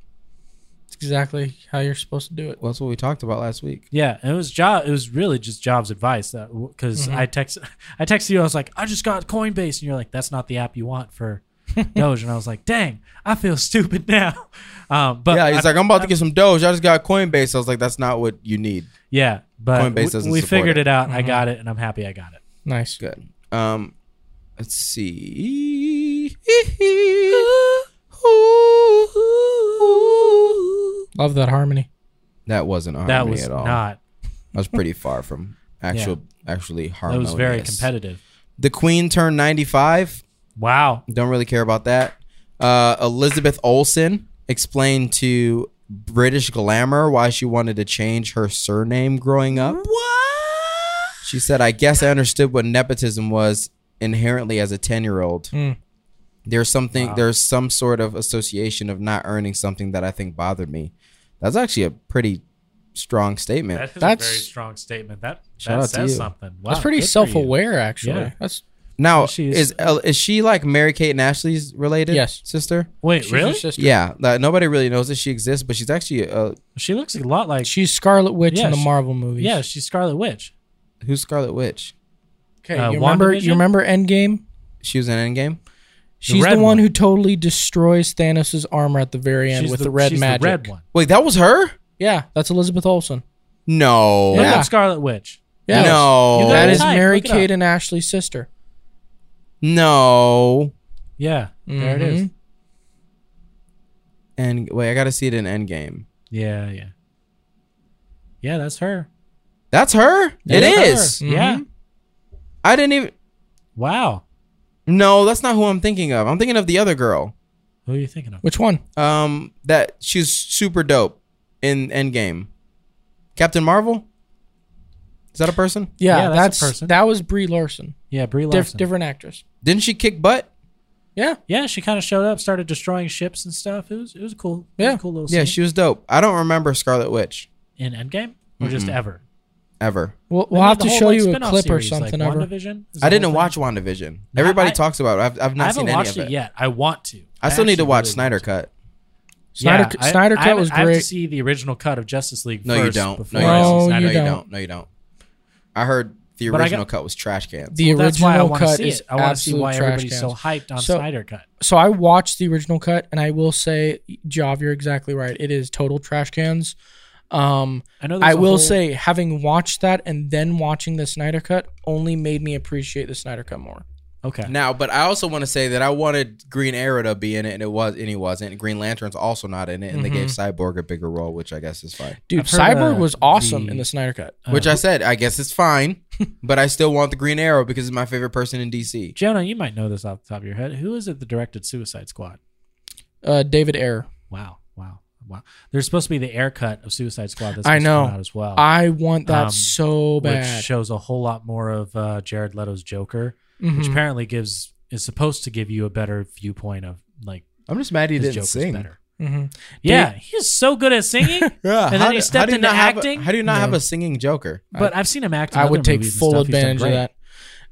It's exactly how you're supposed to do it. Well, that's what we talked about last week. Yeah, and it was job. It was really just Jobs' advice that because I text, I texted you. I was like, I just got Coinbase, and you're like, that's not the app you want for Doge. And I was like, dang, I feel stupid now. Um, but yeah, he's I- like, I'm about to get some Doge. I just got Coinbase. I was like, that's not what you need. yeah, Coinbase but w- doesn't we support figured it. it, out. I got it, and I'm happy I got it. Nice. Good. Um, let's see. Love that harmony. That wasn't a That harmony was at all. not. I was pretty far from actual, actually That harmonious. was very competitive. The Queen turned 95. Wow. Don't really care about that. Uh, Elizabeth Olsen explained to British Glamour why she wanted to change her surname growing up. She said, I guess I understood what nepotism was inherently as a 10 year old. Mm. There's something, Wow. there's some sort of association of not earning something that I think bothered me. That's actually a pretty strong statement. That is That's- a very strong statement. That, Shout out that to you. says something. Wow, That's pretty good for you. self-aware, actually. Yeah. That's now, she's- is El- is she like Mary Kate and Ashley's related Yes. sister? Wait, she's your really? sister. Yeah, like, nobody really knows that she exists, but she's actually uh, She looks a lot like. She's Scarlet Witch Yeah, in the she- Marvel movies. yeah, she's Scarlet Witch. who's Scarlet Witch. Okay. Uh, you remember? WandaVision? You remember Endgame? She was in Endgame. She's the red one, one. who totally destroys Thanos' armor at the very end She's with the, red she's magic. The red one. Wait, that was her? Yeah, that's Elizabeth Olsen. No, Look Yeah. up Scarlet Witch. Yeah. no, You That got is Type, Mary look it up. Kate and Ashley's sister. no. Yeah, there it is. Mhm. And wait, I gotta see it in Endgame. Yeah, yeah, yeah. That's her. That's her. it That's her. is. Yeah. Mhm. I didn't even. Wow. No, that's not who I'm thinking of. I'm thinking of the other girl. Who are you thinking of? Which one? Um, that she's super dope in Endgame. Captain Marvel. Is that a person? Yeah, Yeah, that's a that's, person. that was Brie Larson. Yeah, Brie Diff- Larson. different actress. Didn't she kick butt? Yeah, Yeah, she kind of showed up, started destroying ships and stuff. It was it was cool. It was Yeah. a cool little scene. Yeah, she was dope. I don't remember Scarlet Witch in Endgame or just Mm-hmm. ever. ever. we'll, They we'll made have the to whole, show like, you a spin-off clip or series, like something of her. WandaVision is the I didn't whole watch thing. WandaVision. Everybody I- talks about it. I've, I've not I seen haven't any watched of it. it yet. I want to. I still need to actually watch really Snyder want to. Cut. Snyder, I- Snyder I Cut haven't- was I have to great. see the original cut of Justice League. No, you first don't. Before No, you I see don't. No, no, Snyder Cut. you you don't. No, you don't. I heard the But I original got- cut was trash cans. The Well, that's why I original want to cut see is it. I want to see absolute why trash everybody's cans. so hyped on So- Snyder Cut. So I watched the original cut, and I will say, Jav, you're exactly right. It is total trash cans. Um, I know. I there's a will whole- say, having watched that and then watching the Snyder cut only made me appreciate the Snyder cut more. Okay. Now, but I also want to say that I wanted Green Arrow to be in it, and it was, and he wasn't. Green Lantern's also not in it, and they gave Mm-hmm. Cyborg a bigger role, which I guess is fine. Dude, I've heard, Cyborg uh, was awesome the- in the Snyder cut. Uh, which I said, I guess it's fine, but I still want the Green Arrow because he's my favorite person in DC. Jonah, you might know this off the top of your head. Who is it that directed Suicide Squad? Uh, David Ayer. Wow. Wow. Wow. There's supposed to be the air cut of Suicide Squad that's I supposed to know. come out as well. I want that Um, so bad. Which shows a whole lot more of uh, Jared Leto's Joker, which Mhm. apparently gives is supposed to give you a better viewpoint of like I'm just mad he his didn't Joker's sing. better. Mhm. Yeah, he's so good at singing. Yeah, And then he do- stepped do you into not have a- acting? how do you not No. have a singing Joker? but I've seen him act. in I other would take movies and full stuff. He's done advantage of great. that.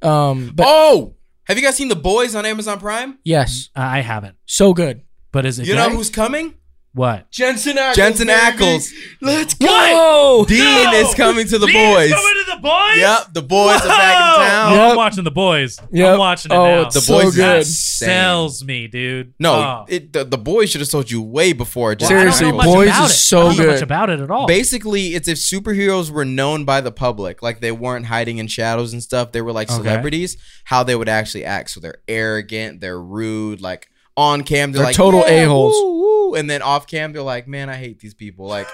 Um, but oh, have you guys seen The Boys on Amazon Prime? yes, Uh, I I haven't. so good. But is it You know good? who's coming? what? Jensen Ackles. Jensen baby. Ackles. Let's go. Whoa! Dean No! is coming to the Dean's boys. coming to the boys. Yep, the boys are back in Whoa! town. Oh, I'm Yep. watching the boys. Yep. I'm watching it Oh, now. it's The So boys Is good. that insane. sells me, dude. No, Oh. it, the, the boys should have sold you way before. Jack. Well, I don't know Seriously, much Boys about is it. so I don't know much good. about it at all. Basically, it's if superheroes were known by the public, like they weren't hiding in shadows and stuff. They were like Okay. celebrities. How they would actually act. So they're arrogant. They're rude. Like on cam, they're, They're like total "Yeah, a-holes." woo, woo, woo, and then off cam they're like, man, I hate these people. Like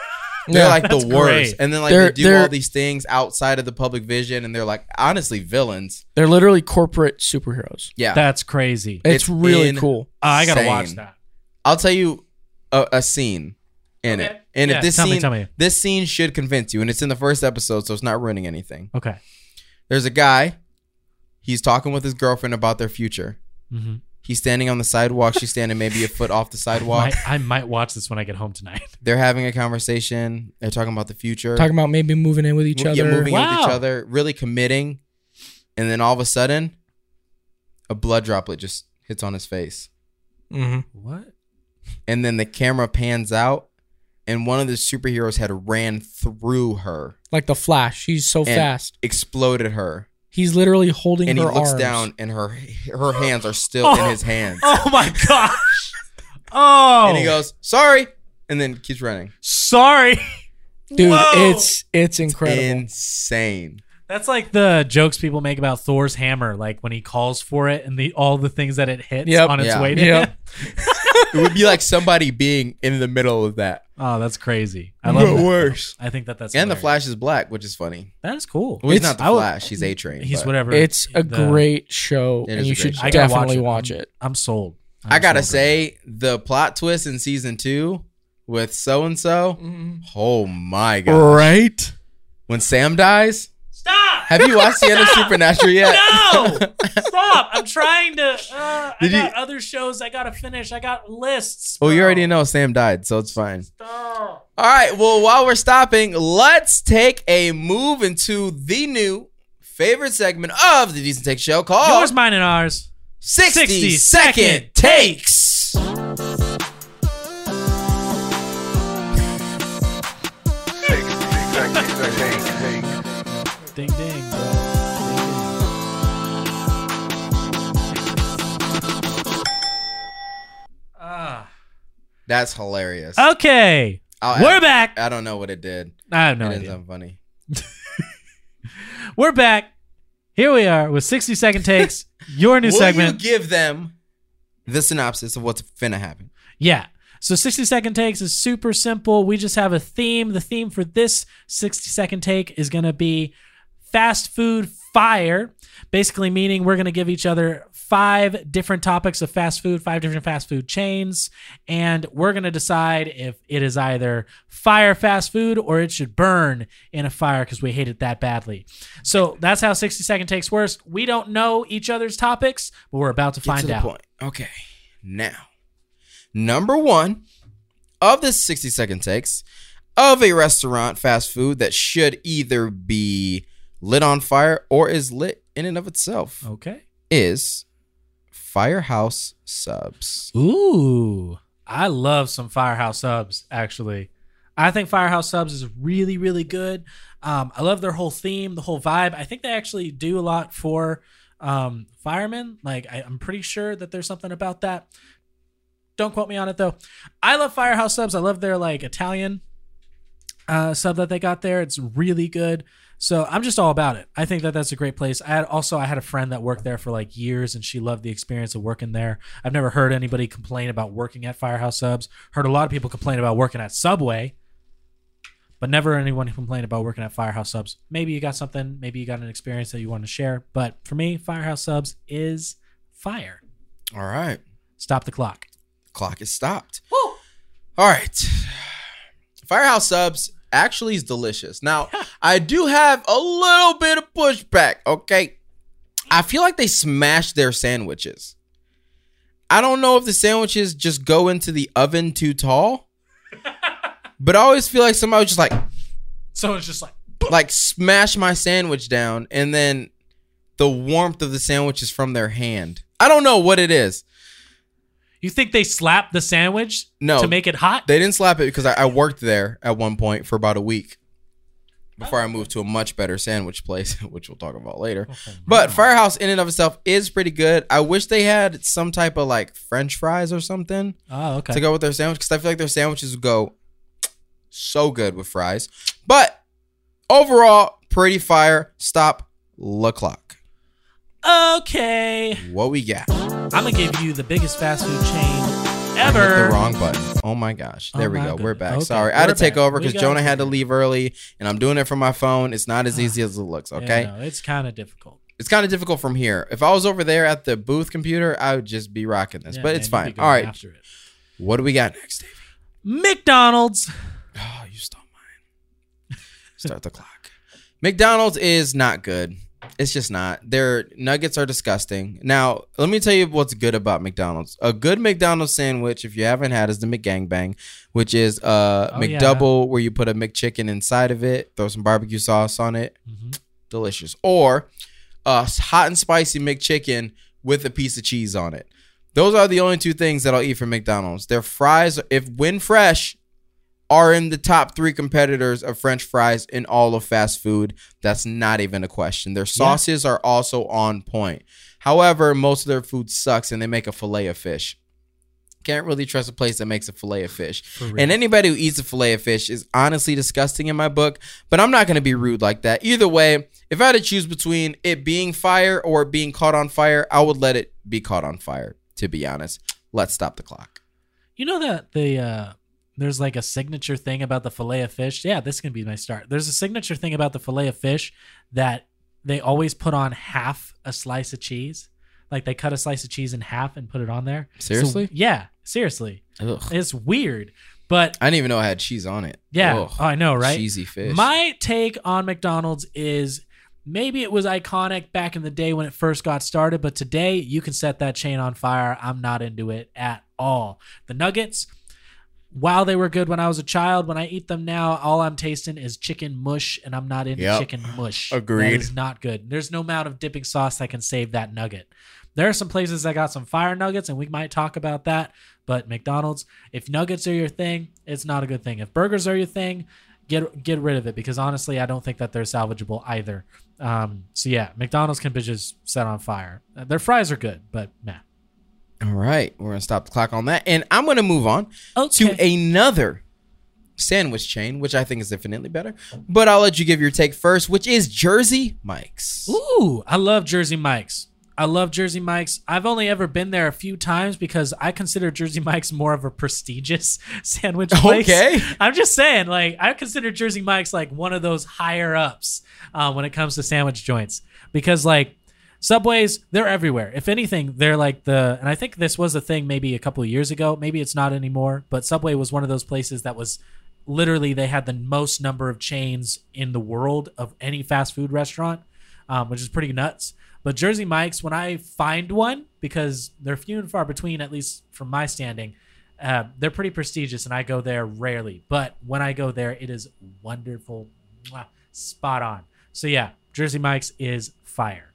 they're Yeah. like the That's worst. great. And then like They're- they do they're- all these things outside of the public vision, and they're like honestly villains. They're literally corporate superheroes. Yeah, That's crazy. Uh, It's, It's really in- cool. I gotta watch insane. that. I'll tell you a, a scene in Okay. it, and Yeah, if this tell me, scene tell me. this scene should convince you, and it's in the first episode, so it's not ruining anything. Okay. There's a guy. He's talking with his girlfriend about their future. hmm He's standing on the sidewalk. She's standing maybe a foot off the sidewalk. Might, I might watch this when I get home tonight. They're having a conversation. They're talking about the future. Talking about maybe moving in with each Mo- yeah, other. moving in with each Wow. other, really committing. And then all of a sudden, a blood droplet just hits on his face. Mhm. What? And then the camera pans out, and one of the superheroes had ran through her, Like the Flash. He's so fast. exploded her, He's literally holding and he her looks arms. down, and her her hands are still in his hands. Oh my gosh. Oh. And he goes, "Sorry," and then keeps running. Sorry. Dude, Whoa. it's it's incredible. Insane. That's like the jokes people make about Thor's hammer, like when he calls for it and the all the things that it hits Yep. on its Yeah. way to Yep. him. It would be like somebody being in the middle of that. Oh, that's crazy. I love that. worse. I think that that's And the hilarious. Flash is black, which is funny. That is cool. Well, he's It's- not the I would- Flash. he's A Train. He's but- whatever. It's a the- great show, It and is you a great should show. I gotta definitely watch watch it. it. I'm sold. I'm I gotta sold. say, the plot twist in season two with so and so. Oh my god! Right? When Sam dies, stop. Oh, have you watched the end of Supernatural yet? No, stop! I'm trying to. Uh, I Did you- got other shows I gotta finish. I got lists. Well, you bro. already know Sam died, so it's fine. Stop. All right. Well, while we're stopping, let's take a move into the new favorite segment of the Decent Take Show Yours, called mine, and ours. 60 60 Second Takes. Ding ding. bro. Ah. That's hilarious. Okay, I'll Uh, we're add- back. I don't know what it did. I have no it idea. didn't sound funny. We're back. Here we are with 60 second takes. Your new Will segment. you give them the synopsis of what's finna happen? yeah. So 60 second takes is super simple. We just have a theme. The theme for this 60 second take is going to be fast food fire, basically meaning we're going to give each other five different topics of fast food, five different fast food chains, and we're going to decide if it is either fire fast food or it should burn in a fire because we hate it that badly. So that's how 60 second takes works. We don't know each other's topics, but we're about to Get find to the out. point. Okay. Now, number one of the 60 second takes of a restaurant fast food that should either be lit on fire or is lit in and of itself Okay. is Firehouse Subs. Ooh, I love some Firehouse Subs. Actually, I think Firehouse Subs is really, really good. Um, I love their whole theme, the whole vibe. I think they actually do a lot for um, firemen. Like, I, I'm pretty sure that there's something about that. Don't quote me on it though. I love Firehouse Subs. I love their like Italian uh, sub that they got there. It's really good. So I'm just all about it. I think that that's a great place. I had, also I had a friend that worked there for like years, and she loved the experience of working there. I've never heard anybody complain about working at Firehouse Subs. Heard a lot of people complain about working at Subway, but never anyone complained about working at Firehouse Subs. Maybe you got something. Maybe you got an experience that you want to share. But for me, Firehouse Subs is fire. All right. Stop the clock. Clock is stopped. All right. Firehouse Subs actually is delicious. Now, I do have a little bit of pushback, okay? I feel like they smash their sandwiches. I don't know if the sandwiches just go into the oven too tall, but I always feel like somebody was just like So it's just like like smash my sandwich down and then the warmth of the sandwich is from their hand. I don't know what it is. you think they slap the sandwich No. to make it hot. They didn't slap it because I, I worked there at one point for about a week before I moved to a much better sandwich place, which we'll talk about later. But Firehouse in and of itself is pretty good. I wish they had some type of like French fries or something oh, okay. to go with their sandwich because I feel like their sandwiches would go so good with fries. But overall, pretty fire. Stop the clock. Okay. What we got? I'm gonna give you the biggest fast food chain Hit the ever. wrong button. Oh my gosh. There Oh we my go. We're goodness. back. Okay, Sorry. I had to we're take back. over We because got Jonah it. had to leave early and I'm doing it from my phone. It's not as easy as it looks, Yeah, okay? no, it's kind of difficult. It's kind of difficult from here. If I was over there at the booth computer, I would just be rocking this, Yeah, but man, it's you'd fine. be All right. going After it. What do we got next, Dave? McDonald's. Oh, you stole mine. Start the clock. McDonald's is not good. It's just not. Their nuggets are disgusting. Now, let me tell you what's good about McDonald's. A good McDonald's sandwich, if you haven't had, is the McGangbang, which is uh Oh, yeah. McDouble where you put a McChicken inside of it, throw some barbecue sauce on it. Mhm. Delicious. Or a s- hot and spicy McChicken with a piece of cheese on it. Those are the only two things that I'll eat from McDonald's. Their fries, if when fresh, are in the top three competitors of French fries in all of fast food. That's not even a question. Their sauces are also on point. However, most of their food sucks and they make a filet of fish. Can't really trust a place that makes a filet of fish. For real. And anybody who eats a filet of fish is honestly disgusting in my book, but I'm not going to be rude like that. Either way, if I had to choose between it being fire or it being caught on fire, I would let it be caught on fire, to be honest. Let's stop the clock. You know that the uh there's like a signature thing about the fillet of fish. Yeah, this can be my start. There's a signature thing about the fillet of fish that they always put on half a slice of cheese. Like they cut a slice of cheese in half and put it on there. So- Seriously? yeah, seriously. Ugh. It's weird. But I didn't even know I had cheese on it. yeah, Ugh. oh, I know, right? Cheesy fish. My take on McDonald's is maybe it was iconic back in the day when it first got started, but today you can set that chain on fire. I'm not into it at all. The nuggets, while they were good when I was a child, when I eat them now, all I'm tasting is chicken mush, and I'm not into Yep. Oh, chicken mush. Agreed. That is not good. There's no amount of dipping sauce that can save that nugget. There are some places that got some fire nuggets, and we might talk about that. But McDonald's, if nuggets are your thing, it's not a good thing. If burgers are your thing, get get rid of it because honestly, I don't think that they're salvageable either. Um, so yeah, McDonald's can be just set on fire. Uh, Their fries are good, but man, All right, we're gonna stop the clock on that, and I'm gonna move on to another sandwich chain, which I think is infinitely better. But I'll let you give your take first, which is Jersey Mike's. Ooh, I love Jersey Mike's. I love Jersey Mike's. I've only ever been there a few times because I consider Jersey Mike's more of a prestigious sandwich place. Okay. I'm just saying, like, I consider Jersey Mike's like one of those higher ups uh, when it comes to sandwich joints because, like, Subways, they're everywhere. If anything, they're like the, and I think this was a thing maybe a couple of years ago. Maybe it's not anymore, but Subway was one of those places that was literally, they had the most number of chains in the world of any fast food restaurant, um, which is pretty nuts. But Jersey Mike's, when I find one, because they're few and far between, at least from my standing, uh, they're pretty prestigious and I go there rarely. But when I go there, it is wonderful, Mwah. spot on. So yeah, Jersey Mike's is fire.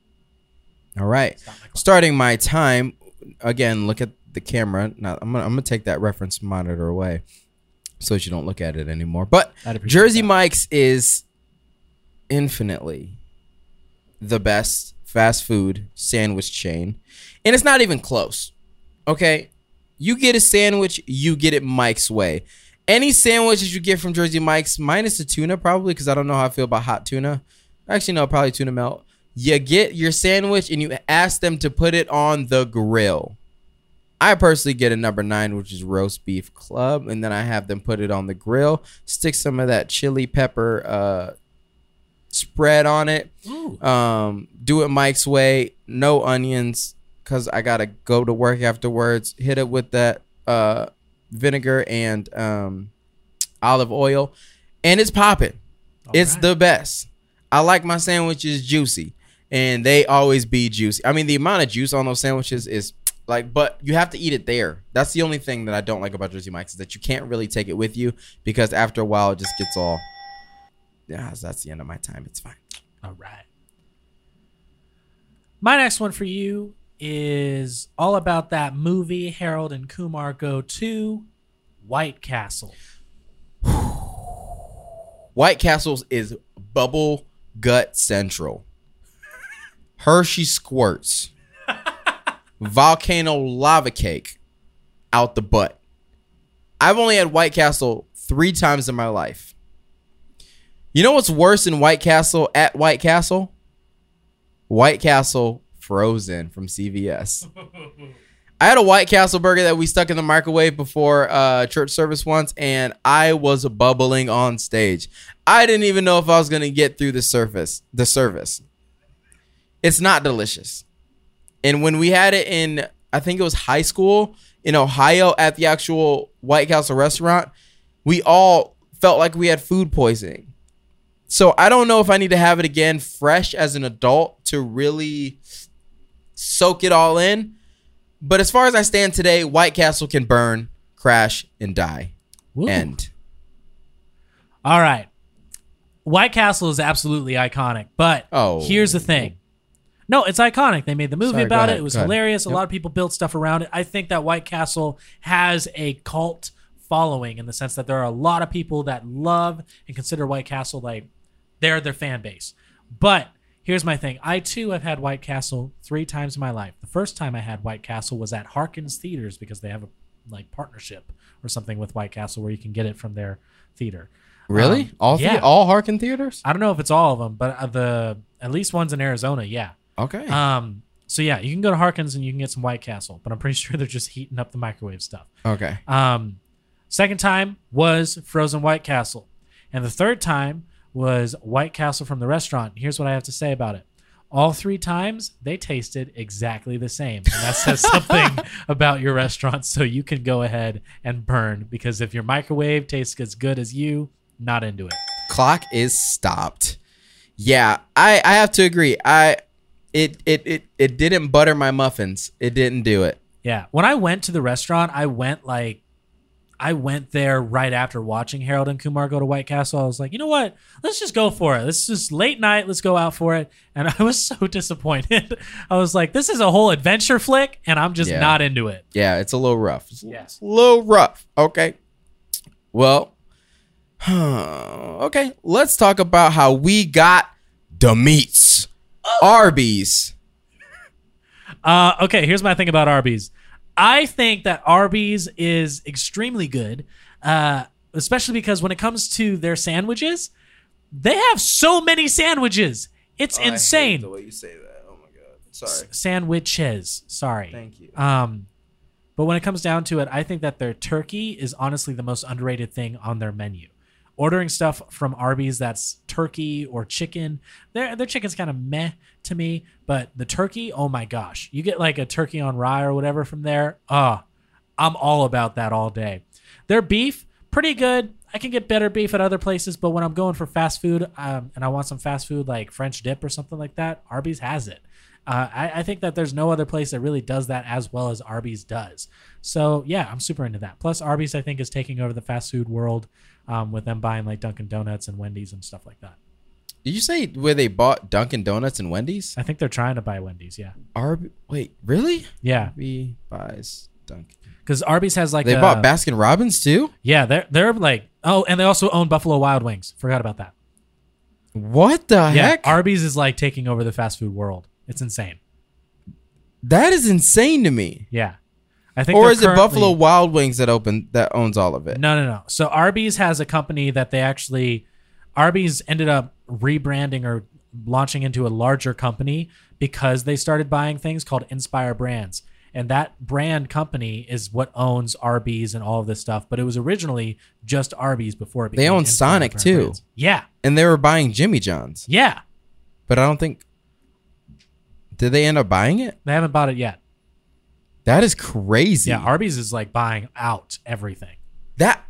All right, Stop my clock. starting my time again. Look at the camera. Now I'm gonna, I'm gonna take that reference monitor away, so that you don't look at it anymore. But I'd appreciate Jersey that. Mike's is infinitely the best fast food sandwich chain. And it's not even close. Okay? You get a sandwich, you get it Mike's way. Any sandwiches you get from Jersey Mike's, minus the tuna probably, because I don't know how I feel about hot tuna. Actually, no, probably tuna melt. You get your sandwich and you ask them to put it on the grill. I personally get a number nine, which is roast beef club, and then I have them put it on the grill, stick some of that chili pepper uh, spread on it, Ooh. um, do it Mike's way, no onions, cause I gotta go to work afterwards. Hit it with that uh, vinegar and um, olive oil, and it's popping. All It's right. the best. I like my sandwiches juicy, and they always be juicy. I mean, the amount of juice on those sandwiches is like, but you have to eat it there. That's the only thing that I don't like about Jersey Mike's is that you can't really take it with you because after a while it just gets all. Yeah, that's the end of my time. It's fine. All right. My next one for you is all about that movie Harold and Kumar go to White Castle. White Castles is bubble gut central. Hershey squirts. Volcano lava cake out the butt. I've only had White Castle three times in my life. You know what's worse than White Castle at White Castle? White Castle frozen from CVS. I had a White Castle burger that we stuck in the microwave before uh, church service once, and I was bubbling on stage. I didn't even know if I was gonna get through the surface, the service. It's not delicious. And when we had it in, I think it was high school in Ohio at the actual White Castle restaurant, we all felt like we had food poisoning. So I don't know if I need to have it again fresh as an adult to really soak it all in. But as far as I stand today, White Castle can burn, crash, and die. Woo. End. All right. White Castle is absolutely iconic, but Oh. here's the thing. No, it's iconic. They made the movie Sorry, go about ahead, it. It was go ahead. hilarious. A lot of people built stuff around it. I think that White Castle has a cult following in the sense that there are a lot of people that love and consider White Castle like they're their fan base. But here's my thing. I too have had White Castle three times in my life. The first time I had White Castle was at Harkins Theaters because they have a like partnership or something with White Castle where you can get it from their theater. Really? Um, all yeah. three, all Harkin theaters? I don't know if it's all of them, but uh, the at least one's in Arizona. Yeah. Okay. Um. So yeah, you can go to Harkins and you can get some White Castle, but I'm pretty sure they're just heating up the microwave stuff. okay. Um, second time was frozen White Castle, and the third time was White Castle from the restaurant. Here's what I have to say about it. All three times they tasted exactly the same. And that says something about your restaurant. So you can go ahead and burn because if your microwave tastes as good as you, not into it. Clock is stopped. Yeah, I I have to agree. I it it it it didn't butter my muffins. It didn't do it. Yeah. When I went to the restaurant, I went like I went there right after watching Harold and Kumar go to White Castle. I was like, you know what? Let's just go for it. This is late night. Let's go out for it. And I was so disappointed. I was like, this is a whole adventure flick, and I'm just Yeah. not into it. Yeah, it's a little rough. It's a Yes. little rough. Okay. Well, okay. Let's talk about how we got the meats. Arby's. Uh, okay, here's my thing about Arby's. I think that Arby's is extremely good, uh, especially because when it comes to their sandwiches, they have so many sandwiches. It's Oh, insane. way you say that. Oh my god. S- sandwiches. Sorry. Thank you. Um, but when it comes down to it, I think that their turkey is honestly the most underrated thing on their menu. Ordering stuff from Arby's that's turkey or chicken, their their chicken's kind of meh to me, but the turkey, oh my gosh, you get like a turkey on rye or whatever from there. Ah, I'm all about that all day. Their beef, pretty good. I can get better beef at other places, but when I'm going for fast food um, and I want some fast food like French dip or something like that, Arby's has it. Uh, I, I think that there's no other place that really does that as well as Arby's does. So yeah, I'm super into that. Plus, Arby's I think is taking over the fast food world um, with them buying like Dunkin' Donuts and Wendy's and stuff like that. Did you say where they bought Dunkin' Donuts and Wendy's? I think they're trying to buy Wendy's. Yeah, Arby, wait, really? yeah, Arby buys Dunkin'. uh, because Arby's has like They a- bought Baskin Robbins too. Yeah, they're they're like oh, and they also own Buffalo Wild Wings. Forgot about that. What the Yeah, heck? Arby's is like taking over the fast food world. It's insane. that is insane to me. Yeah, I think. Or they're is it currently- Buffalo Wild Wings that opened that owns all of it? No, no, no. So Arby's has a company that they actually Arby's ended up rebranding or launching into a larger company because they started buying things called Inspire Brands. And that brand company is what owns Arby's and all of this stuff, but it was originally just Arby's before it They became own Inspire Sonic, Brand too. Brands. Yeah. And they were buying Jimmy John's, Yeah. but I don't think. Did they end up buying it? They haven't bought it yet. That is crazy. Yeah, Arby's is like buying out everything. that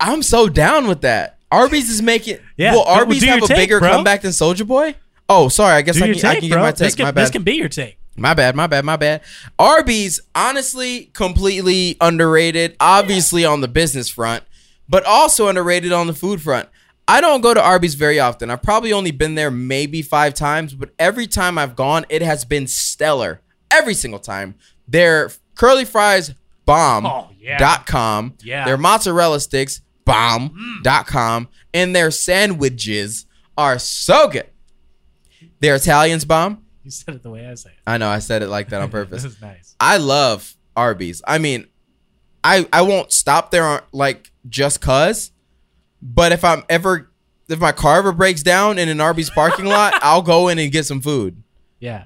I'm so down with that. Arby's is making. Yeah, Will but- well, Arby's do your have a take, bigger bro. comeback than Soldier Boy? Oh, sorry. I guess Do I your can, I take, can bro. give my this, take. can, my this bad. can be your take. My bad, my bad, my bad. Arby's, honestly, completely underrated, obviously on the business front, but also underrated on the food front. I don't go to Arby's very often. I've probably only been there maybe five times, but every time I've gone, it has been stellar. Every single time. Their curly fries, bomb. Oh, yeah. Dot com. Yeah. Mm. Their mozzarella sticks, bomb. Dot com. And their sandwiches are so good. Their Italians, bomb. You said it the way I say it. I know I said it like that on purpose. this is nice. I love Arby's. I mean, I I won't stop there on, like just cuz. But if I'm ever if my car ever breaks down in an Arby's parking lot, I'll go in and get some food. Yeah.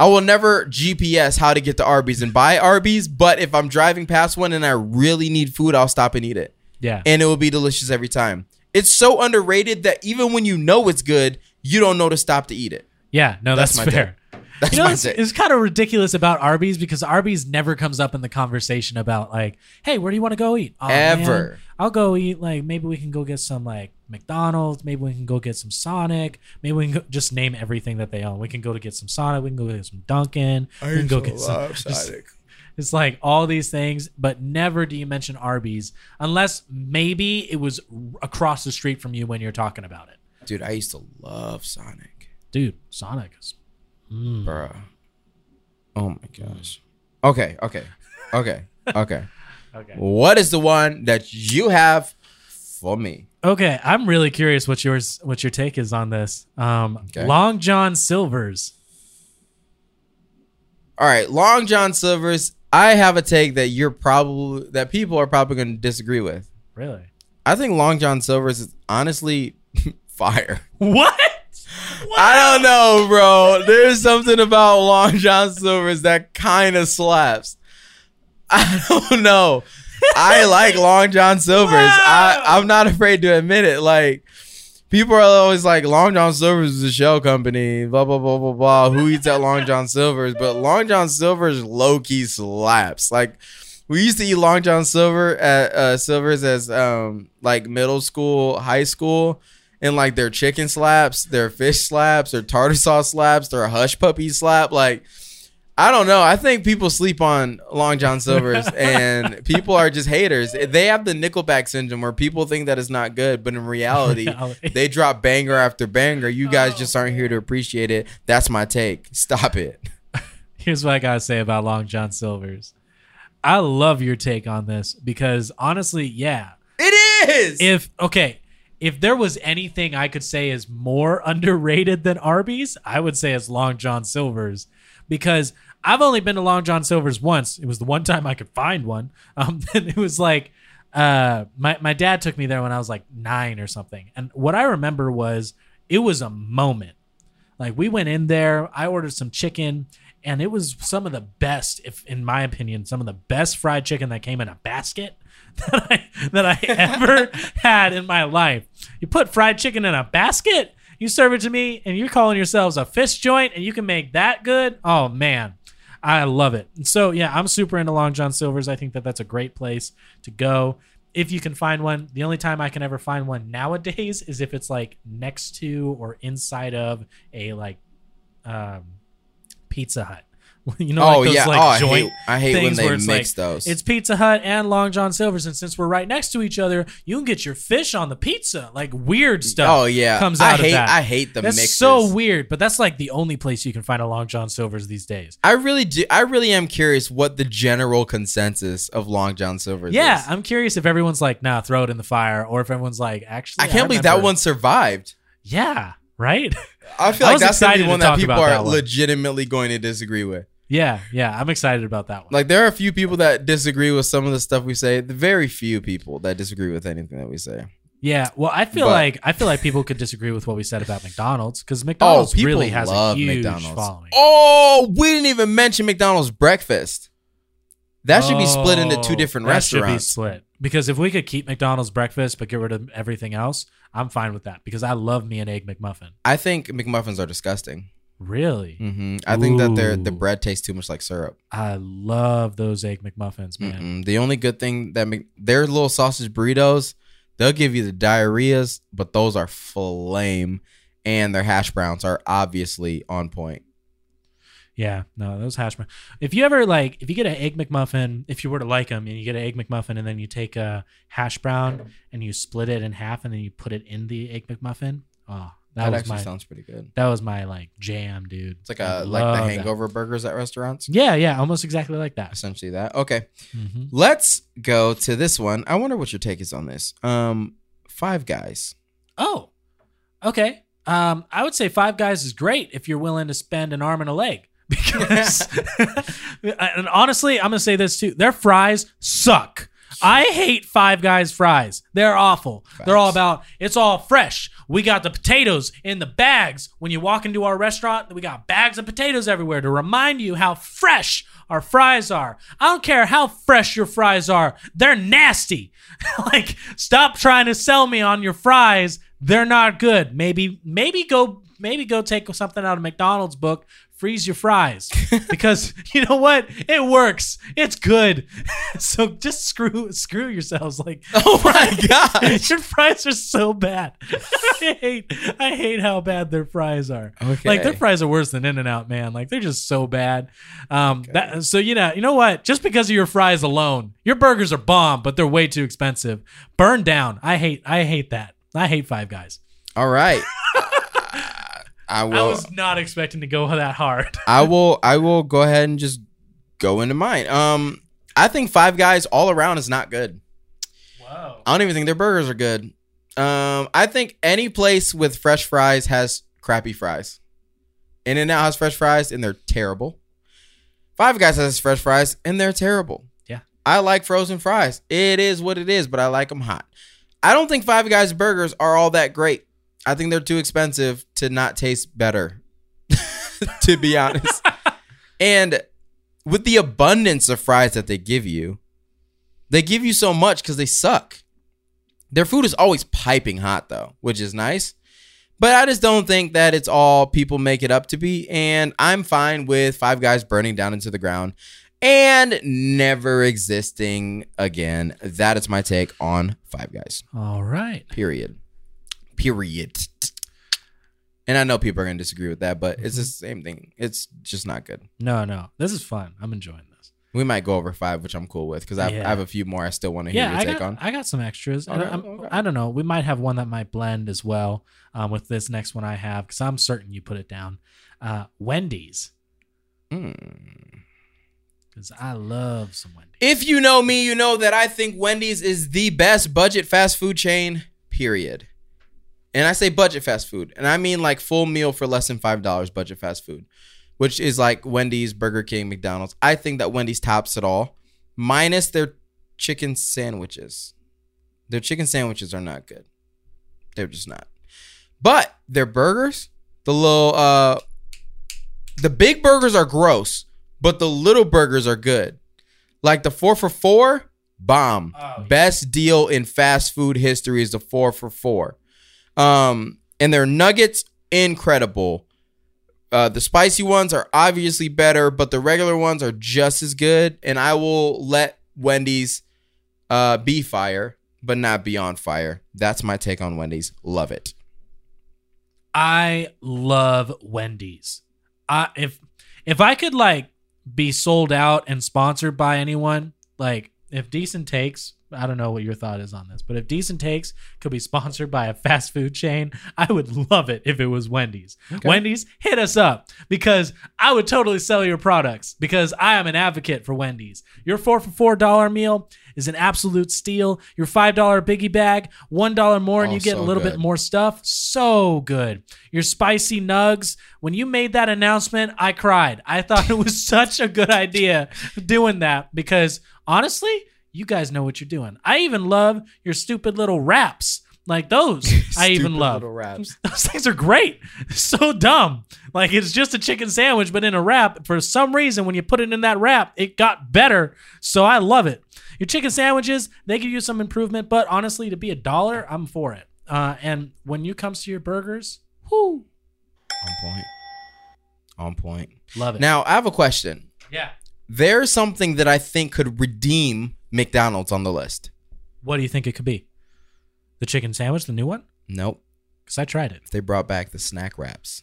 I will never GPS how to get to Arby's and buy Arby's, but if I'm driving past one and I really need food, I'll stop and eat it. Yeah. And it will be delicious every time. It's so underrated that even when you know it's good, you don't know to stop to eat it. Yeah. No, That's that's, my fair. That's You know, my it's, take. it's kind of ridiculous about Arby's because Arby's never comes up in the conversation about like, hey, where do you want to go eat? "Aw, man, Ever. I'll go eat like maybe we can go get some like McDonald's, maybe we can go get some Sonic, maybe we can go, just name everything that they own. We can go to get some Sonic, we can go get some Dunkin', we can go get some just- It's like all these things, but never do you mention Arby's unless maybe it was r- across the street from you when you're talking about it. Dude, I used to love Sonic. Dude, Sonic is mm. Bruh. Oh my gosh. Okay, okay. Okay. Okay. okay. what is the one that you have for me? Okay, I'm really curious what yours what your take is on this. Um Okay. Long John Silvers. All right, Long John Silver's. I have a take that you're probably that people are probably going to disagree with. Really? I think Long John Silver's is honestly fire. What? I don't know, bro. There's something about Long John Silver's that kind of slaps. I don't know. I like Long John Silver's. I, I'm not afraid to admit it. Like, people are always like, Long John Silver's is a shell company, blah, blah, blah, blah, blah. Who eats at Long John Silver's? But Long John Silver's low key slaps. Like, we used to eat Long John Silver at uh, Silver's as um like middle school, high school, and like their chicken slaps, their fish slaps, their tartar sauce slaps, their hush puppy slap. Like, I don't know. I think people sleep on Long John Silver's, and people are just haters. They have the Nickelback syndrome where people think that it's not good, but in reality, they drop banger after banger. You guys just aren't Oh, here to appreciate it. That's my take. Stop it. here's what I gotta say about Long John Silver's. I love your take on this because honestly, yeah. It is. If okay, if there was anything I could say is more underrated than Arby's, I would say it's Long John Silver's because I've only been to Long John Silver's once. It was the one time I could find one. Um, and it was like uh, my my dad took me there when I was like nine or something, and what I remember was it was a moment. Like we went in there, I ordered some chicken, and it was some of the best, if in my opinion, some of the best fried chicken that came in a basket that I that I ever had in my life. You put fried chicken in a basket, you serve it to me, and you're calling yourselves a fish joint, and you can make that good. Oh man. I love it. And So yeah, I'm super into Long John Silver's. I think that that's a great place to go if you can find one. The only time I can ever find one nowadays is if it's like next to or inside of a like um, Pizza Hut. you know, like those like Oh, I joint. hate, I hate when things they where mix it's like, those. It's Pizza Hut and Long John Silver's, and since we're right next to each other, you can get your fish on the pizza. Like weird stuff. oh yeah, comes I out of hate that. I hate the that's mixes. so weird, but that's like the only place you can find a Long John Silver's these days. I really do. I really am curious what the general consensus of Long John Silver is. Yeah, I'm curious if everyone's like, nah, throw it in the fire, or if everyone's like, actually, I can't believe that remember- one survived. Yeah, right. I feel I like that's was gonna be excited to one that talk people about are that one. legitimately going to disagree with. Yeah, yeah, I'm excited about that one. Like there are a few people that disagree with some of the stuff we say. Very few people that disagree with anything that we say. yeah, well, I feel But- Oh, like I feel like people could disagree with what we said about McDonald's because McDonald's people really has a love huge McDonald's. following. Oh, we didn't even mention McDonald's breakfast. That should be split into two Oh, different that Should be restaurants. split because if we could keep McDonald's breakfast but get rid of everything else, I'm fine with that because I love me an egg McMuffin. I think McMuffins are disgusting. Really, hmm I think that their the Ooh. bread tastes too much like syrup. I love those egg McMuffins, man. Mm-mm. The only good thing that make their little sausage burritos, they'll give you the diarrheas, but those are flame, and their hash browns are obviously on point. Yeah, no, those hash browns. If you ever like, if you get an egg McMuffin, if you were to like them, and you get an egg McMuffin, and then you take a hash brown and you split it in half, and then you put it in the egg McMuffin. Oh, that, That, was actually my sounds pretty good. that was my like jam, dude. It's like I a like the love that. hangover burgers at restaurants. Yeah, yeah, almost exactly like that. Essentially that. Okay, hmm let's go to this one. I wonder what your take is on this. Um, Five Guys. Oh, okay. Um, I would say Five Guys is great if you're willing to spend an arm and a leg. Because, and honestly, I'm gonna say this too: their fries suck. I hate Five Guys fries. They're awful. They're all about it's all fresh. We got the potatoes in the bags. When you walk into our restaurant, we got bags of potatoes everywhere to remind you how fresh our fries are. I don't care how fresh your fries are. They're nasty. like stop trying to sell me on your fries. They're not good. Maybe maybe go maybe go take something out of McDonald's book, freeze your fries. because you know what? It works. It's good. so just screw screw yourselves. Like Oh my god. your fries are so bad. I hate I hate how bad their fries are. Okay. Like their fries are worse than In and Out, man. Like they're just so bad. Um that, so you know, you know what? Just because of your fries alone, your burgers are bomb, but they're way too expensive. Burn down. I hate I hate that. I hate five guys. All right. I will. I was not expecting to go that hard. I will I will go ahead and just go into mine. Um I think Five Guys all around is not good. Whoa. I don't even think their burgers are good. Um I think any place with fresh fries has crappy fries. In and out has fresh fries and they're terrible. Five Guys has fresh fries and they're terrible. Yeah. I like frozen fries. It is what it is, but I like them hot. I don't think Five Guys burgers are all that great. I think they're too expensive to not taste better. to be honest. and with the abundance of fries that they give you, they give you so much because they suck. Their food is always piping hot though, which is nice. But I just don't think that it's all people make it up to be. And I'm fine with Five Guys burning down into the ground and never existing again. That is my take on Five Guys. All right. Period. Period. And I know people are going to disagree with that, but it's the Mm-hmm. same thing. It's just not good. No, no. This is fun. I'm enjoying this. We might go over five, which I'm cool with because I Yeah. I have a few more I still want to hear Yeah, your I take got, on. I got some extras. and Okay, I'm- okay. I don't know. We might have one that might blend as well um, with this next one I have because I'm certain you put it down. Uh, Wendy's. Mm. Because I love some Wendy's. If you know me, you know that I think Wendy's is the best budget fast food chain, period. And I say budget fast food, and I mean like full meal for less than $5 budget fast food, which is like Wendy's, Burger King, McDonald's. I think that Wendy's tops it all, minus their chicken sandwiches. Their chicken sandwiches are not good. They're just not. But their burgers, the little uh the big burgers are gross, but the little burgers are good. Like the four for four, bomb. Oh, yeah. Best deal in fast food history is the four for four. Um, and their nuggets, incredible. Uh, the spicy ones are obviously better, but the regular ones are just as good. And I will let Wendy's uh, be fire, but not be on fire. That's my take on Wendy's. Love it. I love Wendy's. I if if I could like be sold out and sponsored by anyone, like if Decent Takes, I don't know what your thought is on this, but if Decent Takes could be sponsored by a fast food chain, I would love it if it was Wendy's. Wendy's, hit us up because I would totally sell your products because I am an advocate for Wendy's. Your four for four dollar meal is an absolute steal. Your five dollar biggie bag, one dollar more, and Oh, you get a so little bit good. more more stuff. So good. Your spicy nugs. When you made that announcement, I cried. I thought it was such a good idea doing that because honestly, you guys know what you're doing. I even love your stupid little wraps. Like those, I even Stupid love. little wraps. Those things are great. So dumb. Like it's just a chicken sandwich, but in a wrap. For some reason, when you put it in that wrap, it got better. So I love it. Your chicken sandwiches, they give you some improvement, but honestly, to be a dollar, I'm for it. Uh, and when it comes to your burgers, whoo, On point. On point. love it. Now, I have a question. yeah. There's something that I think could redeem McDonald's on the list. What do you think it could be? The chicken sandwich, the new one? Nope. Because I tried it. They brought back the snack wraps.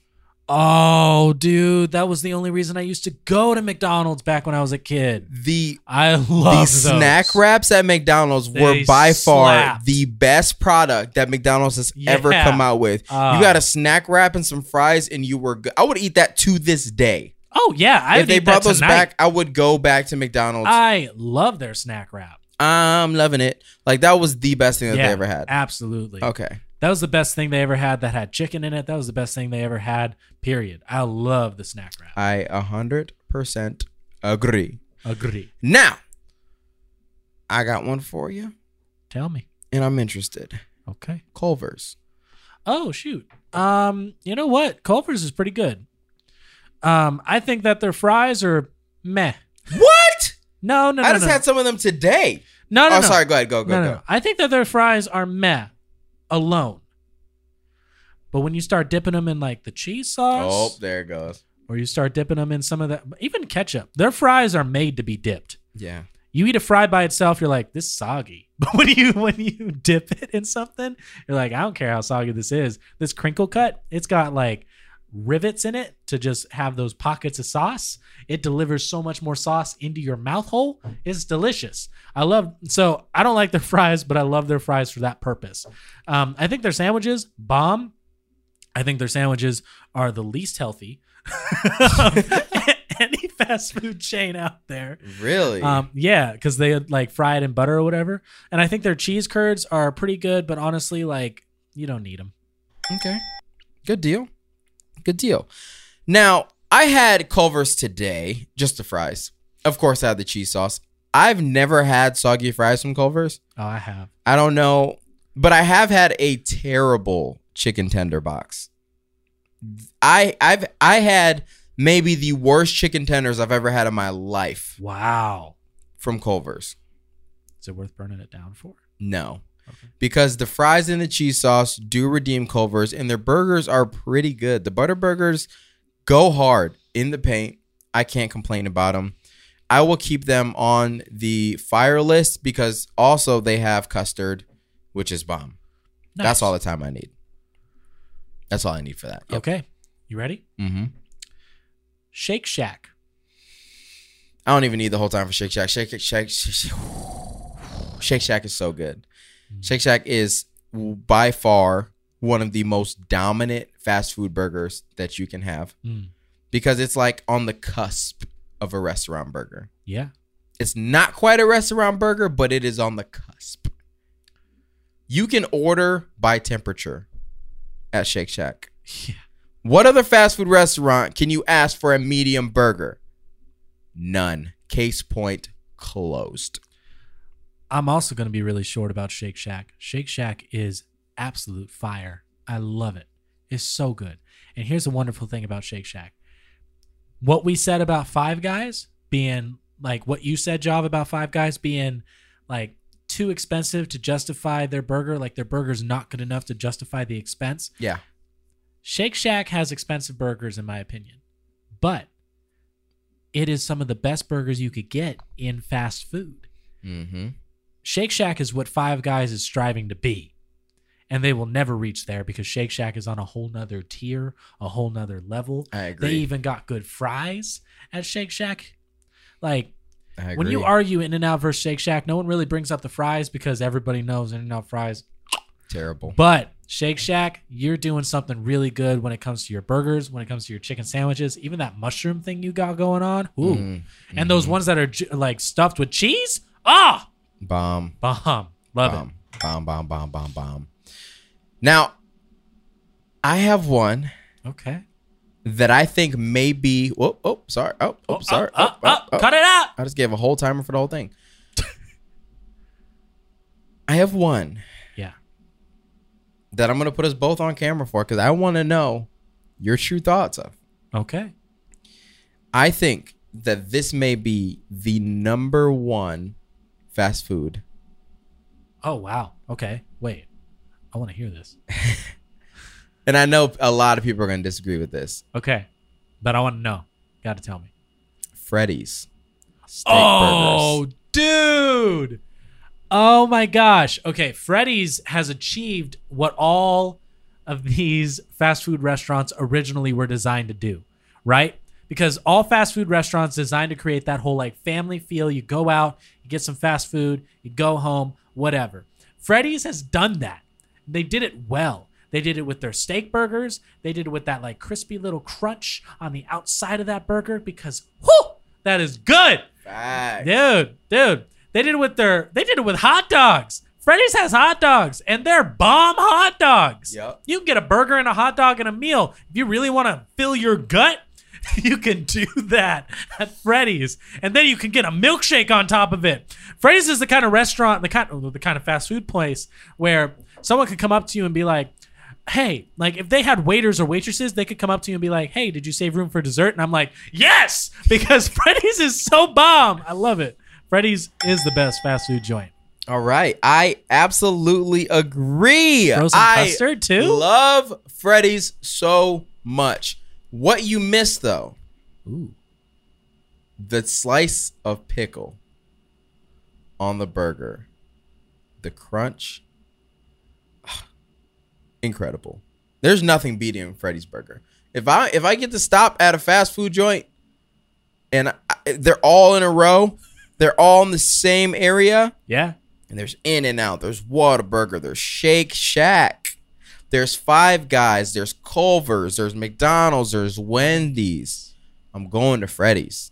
Oh, dude, that was the only reason I used to go to McDonald's back when I was a kid. The I love the those. snack wraps at McDonald's They were by far slapped. the best product that McDonald's has ever Yeah. come out with. Uh. you got a snack wrap and some fries, and you were good. I would eat that to this day. Oh yeah, I if they brought those back, oh. I would go back to McDonald's. I love their snack wrap. I'm loving it. Like that was the best thing that they ever had. Absolutely. Okay. That was the best thing they ever had that had chicken in it. That was the best thing they ever had. Period. I love the snack wrap. I 100% agree. Agree. Now, I got one for you, Tell me. and I'm interested. Okay. Culver's. Oh shoot. Um, you know what? Culver's is pretty good. Um, I think that their fries are meh. What? No, no, no, I just no. had some of them today. no, no, oh, no. sorry. Go ahead. Go, go, no, go. no, no. I think that their fries are meh alone. But when you start dipping them in like the cheese Oh, sauce, there it goes. or you start dipping them in some of that, even ketchup, their fries are made to be dipped. Yeah. You eat a fry by itself, you're like, this is soggy. But when you when you dip it in something, you're like, I don't care how soggy this is. This crinkle cut, it's got like rivets in it to just have those pockets of sauce. It delivers so much more sauce into your mouth hole. It's delicious. I love so I don't like their fries, but I love their fries for that purpose. Um, I think their sandwiches bomb. I think their sandwiches are the least healthy of any fast food chain out there. Really? Um, yeah, because they had like fried in butter or whatever. And I think their cheese curds are pretty good, but honestly, like you don't need them. okay. Good deal. Good deal. Now, I had Culver's today, just the fries. Of course, I had the cheese sauce. I've never had soggy fries from Culver's. Oh, I have. I don't know, but I have had a terrible chicken tender box. I I've I had maybe the worst chicken tenders I've ever had in my life Wow. from Culver's. Is it worth burning it down for? No. Okay. Because the fries and the cheese sauce do redeem Culver's, and their burgers are pretty good. The butter burgers go hard in the paint. I can't complain about them. I will keep them on the fire list because also they have custard, which is bomb. That's Nice. all the time I need. That's all I need for that. Yep. Okay. You ready? hmm Shake Shack. I don't even need the whole time for Shake Shack. Shake Shake Shake Shake, Shake Shack is so good. Shake Shack is by far one of the most dominant fast food burgers that you can have Mm. because it's like on the cusp of a restaurant burger. Yeah. It's not quite a restaurant burger, but it is on the cusp. You can order by temperature at Shake Shack. Yeah. What other fast food restaurant can you ask for a medium burger? None. Case point closed. I'm also going to be really short about Shake Shack. Shake Shack is absolute fire. I love it. It's so good. And here's the wonderful thing about Shake Shack. What we said about Five Guys being like what you said, Job, about Five Guys being like too expensive to justify their burger, like their burger's not good enough to justify the expense. Yeah. Shake Shack has expensive burgers, in my opinion, but it is some of the best burgers you could get in fast food. Mm-hmm. Shake Shack is what Five Guys is striving to be. And they will never reach there because Shake Shack is on a whole nother tier, a whole nother level. I They agree. even got good fries at Shake Shack. Like I agree. when you argue In and Out versus Shake Shack, no one really brings up the fries because everybody knows In and Out fries. terrible. But Shake Shack, you're doing something really good when it comes to your burgers, when it comes to your chicken sandwiches, even that mushroom thing you got going on. Ooh. Mm, And those ones that are ju- like stuffed with cheese. Ah, Bomb. bomb. Love it. Bomb. Bomb. Bomb. Bomb. Bomb. Bomb. Now, I have one Okay. that I think may be. Oh, oh, sorry. Oh, oh, sorry. Uh, Oh, oh, oh. Cut it out. I just gave a whole timer for the whole thing. I have one Yeah. that I'm gonna put us both on camera for because I want to know your true thoughts of. Okay. I think that this may be the number one fast food. Oh wow. Okay. Wait. I want to hear this. And I know a lot of people are going to disagree with this. Okay. But I want to know. Got to tell me. Freddy's. Steak Oh, burgers. dude. Oh my gosh. Okay, Freddy's has achieved what all of these fast food restaurants originally were designed to do, right? Because all fast food restaurants designed to create that whole like family feel. You go out, you get some fast food, you go home, whatever. Freddy's has done that. They did it well. They did it with their steak burgers. They did it with that like crispy little crunch on the outside of that burger because whew, that is good. Facts. Dude, dude, they did it with their they did it with hot dogs. Freddy's has hot dogs, and they're bomb hot dogs. Yep. You can get a burger and a hot dog and a meal if you really want to fill your gut. you can do that at Freddy's, and then you can get a milkshake on top of it. Freddy's is the kind of restaurant, the kind, the kind of fast food place where someone could come up to you and be like, "Hey, like if they had waiters or waitresses, they could come up to you and be like, "Hey, did you save room for dessert?" And I'm like, "Yes," because Freddy's is so bomb. I love it. Freddy's is the best fast food joint. All right, I absolutely agree. Throw some I custard, too? Love Freddy's so much. What you miss though? Ooh. The slice of pickle on the burger, the crunch, incredible. There's nothing beating Freddy's burger. If I if I get to stop at a fast food joint, and I, they're all in a row, they're all in the same area. Yeah. And there's In and Out, there's Whataburger, there's Shake Shack, there's Five Guys, there's Culver's, there's McDonald's, there's Wendy's. I'm going to Freddy's.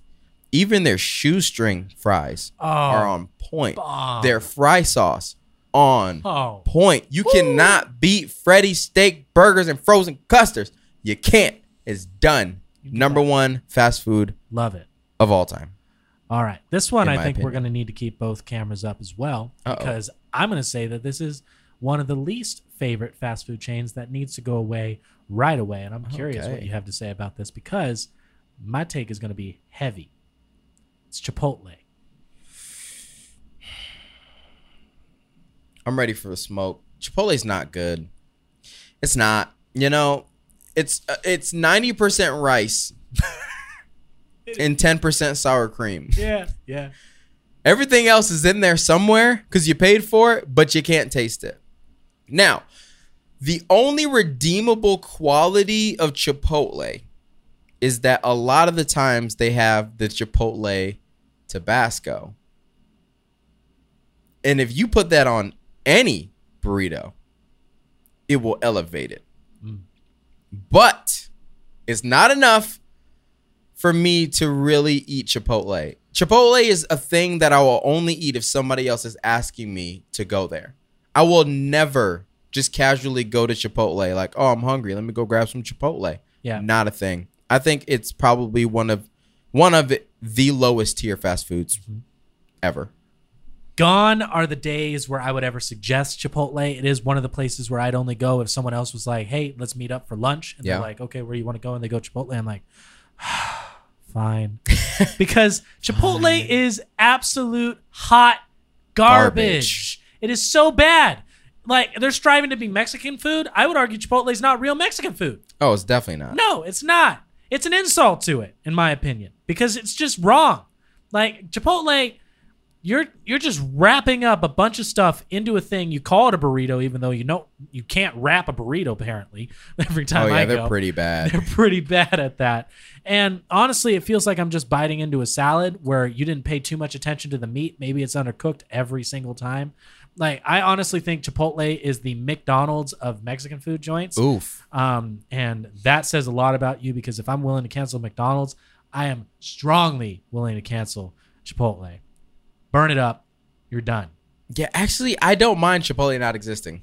Even their shoestring fries Oh, are on point. bomb. Their fry sauce on Oh. point. You cannot beat Freddy's steak burgers and frozen custards. You can't. It's done. Number one fast food Love it. of all time. All right. This one, In I my think we're opinion. going to need to keep both cameras up as well Uh-oh. because I'm going to say that this is one of the least favorite fast food chains that needs to go away right away. And I'm curious what Okay. you have to say about this because my take is going to be heavy. It's Chipotle. I'm ready for the smoke. Chipotle's not good. It's not. You know, it's uh, it's 90% rice and 10% sour cream. Yeah. Yeah. Everything else is in there somewhere cuz you paid for it, but you can't taste it. Now, the only redeemable quality of Chipotle is that a lot of the times they have the Chipotle Tabasco. And if you put that on any burrito, it will elevate it. Mm. But it's not enough for me to really eat Chipotle. Chipotle is a thing that I will only eat if somebody else is asking me to go there. I will never just casually go to Chipotle like, "Oh, I'm hungry. Let me go grab some Chipotle." Yeah. Not a thing. I think it's probably one of one of the lowest tier fast foods Mm-hmm. ever. Gone are the days where I would ever suggest Chipotle. It is one of the places where I'd only go if someone else was like, "Hey, let's meet up for lunch," and Yeah. they're like, "Okay, where do you want to go?" and they go Chipotle. I'm like, "Fine," because Chipotle is absolute hot garbage. Garbage. It is so bad. Like they're striving to be Mexican food. I would argue Chipotle is not real Mexican food. Oh, it's definitely not. No, it's not. It's an insult to it, in my opinion, because it's just wrong. Like Chipotle, you're you're just wrapping up a bunch of stuff into a thing. You call it a burrito, even though you know you can't wrap a burrito. Apparently, every time Oh yeah, I they're go, pretty bad. they're pretty bad at that. And honestly, it feels like I'm just biting into a salad where you didn't pay too much attention to the meat. Maybe it's undercooked every single time. Like I honestly think Chipotle is the McDonald's of Mexican food joints. Oof. Um, and that says a lot about you because if I'm willing to cancel McDonald's, I am strongly willing to cancel Chipotle. Burn it up. You're done. Yeah, actually, I don't mind Chipotle not existing.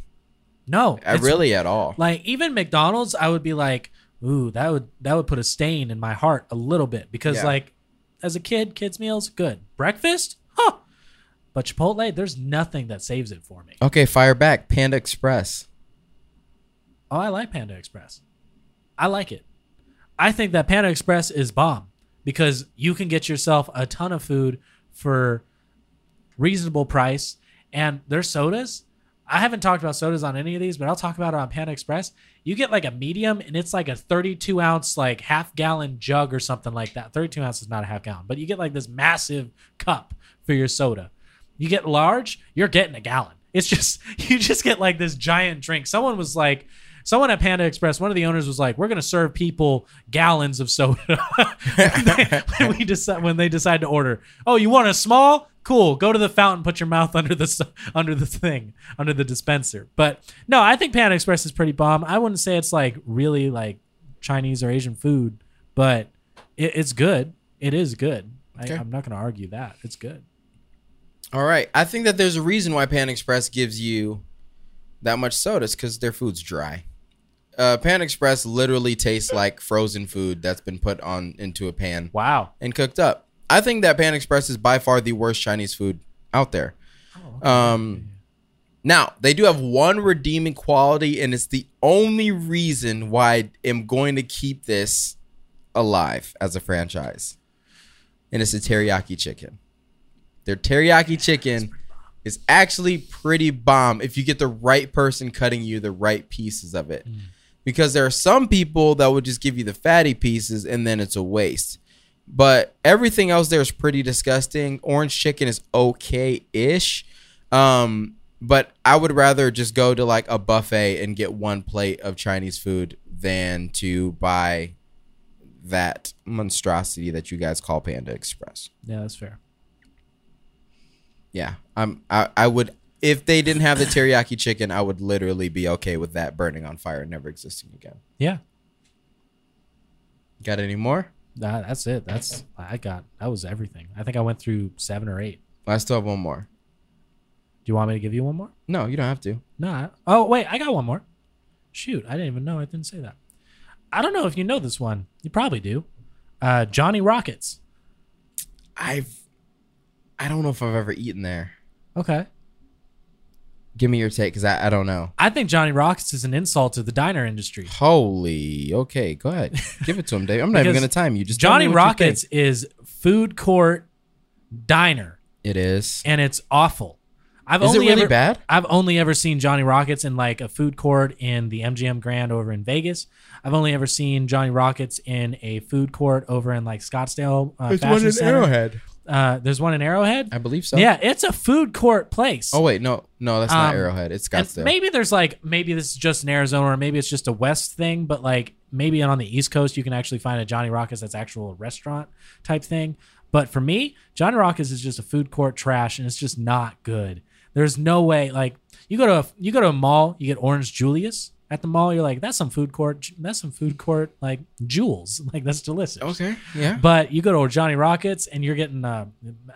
No, I it's- really at all. like even McDonald's. I would be like, ooh, that would that would put a stain in my heart a little bit because Yeah. like, as a kid, kids meals good. Breakfast, huh? But Chipotle, there's nothing that saves it for me. Okay, fire back. Panda Express. Oh, I like Panda Express. I like it. I think that Panda Express is bomb because you can get yourself a ton of food for reasonable price and their sodas. I haven't talked about sodas on any of these, but I'll talk about it on Panda Express. You get like a medium and it's like a 32 ounce, like half gallon jug or something like that. 32 ounce is not a half gallon, but you get like this massive cup for your soda. You get large, you're getting a gallon. It's just, you just get like this giant drink. Someone was like, someone at Panda Express, one of the owners was like, "We're going to serve people gallons of soda when, they, when we decide when they decide to order." Oh, you want a small? Cool. Go to the fountain, put your mouth under the s- under the thing, under the dispenser. But no, I think Panda Express is pretty bomb. I wouldn't say it's like really like Chinese or Asian food, but it, it's good. It is good. Okay. I, I'm not going to argue that. It's good. All right. I think that there's a reason why Pan Express gives you that much sodas because their food's dry. uh, Pan Express literally tastes like frozen food that's been put on into a pan Wow. and cooked up. I think that Pan Express is by far the worst Chinese food out there. Um, now they do have one redeeming quality, and it's the only reason why I am going to keep this alive as a franchise, and it's the teriyaki chicken. Their teriyaki chicken is actually pretty bomb if you get the right person cutting you the right pieces of it. Because there are some people that would just give you the fatty pieces and then it's a waste. But everything else there is pretty disgusting. Orange chicken is okay ish. Um, but I would rather just go to like a buffet and get one plate of Chinese food than to buy that monstrosity that you guys call Panda Express. Yeah, that's fair. Yeah, I'm. I, I would if they didn't have the teriyaki chicken, I would literally be okay with that burning on fire and never existing again. Yeah. Got any more? Nah, that's it. That's I got. That was everything. I think I went through seven or eight. I still have one more. Do you want me to give you one more? No, you don't have to. No. I- oh wait, I got one more. Shoot, I didn't even know I didn't say that. I don't know if you know this one. You probably do. Uh, Johnny Rockets. I've. I don't know if I've ever eaten there. Okay. Give me your take, cause I, I don't know. I think Johnny Rockets is an insult to the diner industry. Holy. Okay, go ahead. Give it to him, Dave. I'm not even Because gonna time you. Just tell Johnny me what you think. Rockets is food court diner, It is. and it's awful. I've Is it only really ever, bad? I've only ever seen Johnny Rockets in like a food court in the MGM Grand over in Vegas. I've only ever seen Johnny Rockets in a food court over in like Scottsdale. Uh, Fashion Center. Uh, there's one in Arrowhead. I believe so. Yeah, it's a food court place. Oh wait, no, no, that's not Um, Arrowhead. It's And Scottsdale. maybe there's like maybe this is just in Arizona or maybe it's just a West thing, but like maybe on the East Coast you can actually find a Johnny Rockets that's actual restaurant type thing. But for me, Johnny Rockets is just a food court trash and it's just not good. There's no way like you go to a, you go to a mall, you get Orange Julius at the mall, you're like that's some food court that's some food court like jewels. Like that's delicious. okay. Yeah. But you go to Johnny Rockets and you're getting uh,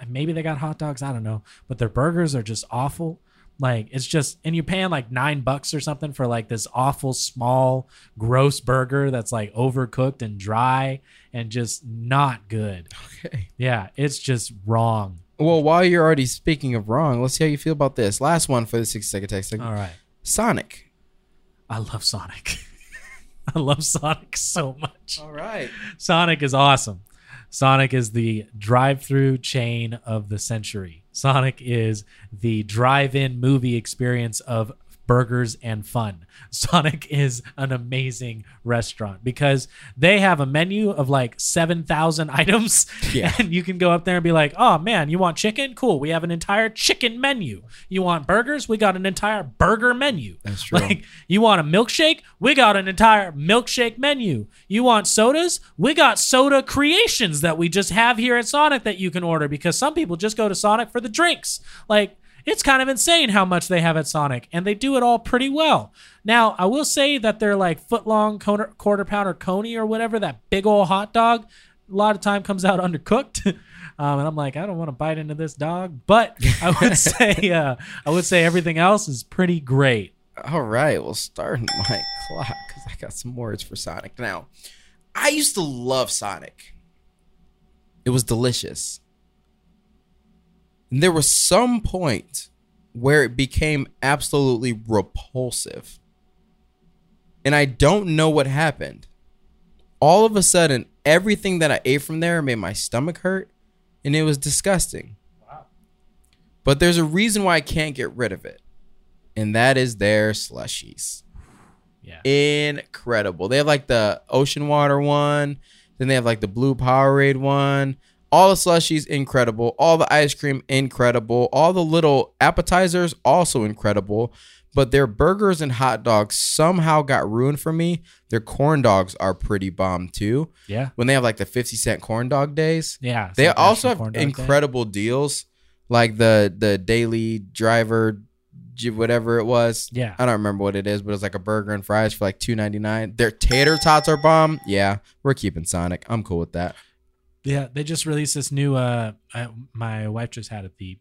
maybe they got hot dogs, I don't know, but their burgers are just awful. Like it's just and you're paying like nine bucks or something for like this awful small gross burger that's like overcooked and dry and just not good. Okay. Yeah, it's just wrong. Well, while you're already speaking of wrong, let's see how you feel about this. Last one for the 60 second text. All right. Sonic. I love Sonic. I love Sonic so much. All right. Sonic is awesome. Sonic is the drive-through chain of the century. Sonic is the drive-in movie experience of burgers and fun. Sonic is an amazing restaurant because they have a menu of like 7,000 items Yeah. and you can go up there and be like, "Oh man, you want chicken? Cool. We have an entire chicken menu. You want burgers? We got an entire burger menu." That's true. Like, you want a milkshake? We got an entire milkshake menu. You want sodas? We got soda creations that we just have here at Sonic that you can order because some people just go to Sonic for the drinks. Like, it's kind of insane how much they have at Sonic, and they do it all pretty well. Now, I will say that they're like foot long quarter, quarter pounder coney or whatever, that big old hot dog, a lot of time comes out undercooked. Um, and I'm like, I don't want to bite into this dog, but I would say, uh, I would say everything else is pretty great. All right. Well, start my clock because I got some words for Sonic. Now, I used to love Sonic, it was delicious. And there was some point where it became absolutely repulsive. And I don't know what happened. All of a sudden, everything that I ate from there made my stomach hurt, and it was disgusting. But there's a reason why I can't get rid of it, and that is their slushies. Yeah. Incredible. They have like the ocean water one, then they have like the blue Powerade one. All the slushies incredible, all the ice cream incredible, all the little appetizers also incredible. But their burgers and hot dogs somehow got ruined for me. Their corn dogs are pretty bomb too. Yeah. When they have like the 50 cent corn dog days, Yeah. it's they like also National have Corn Dog Day. incredible deals, like the the daily driver, j- whatever it was. Yeah. I don't remember what it is, but it's like a burger and fries for like two ninety nine. Their tater tots are bomb. Yeah, we're keeping Sonic. I'm cool with that. Yeah. They just released this new, uh, I, my wife just had it, the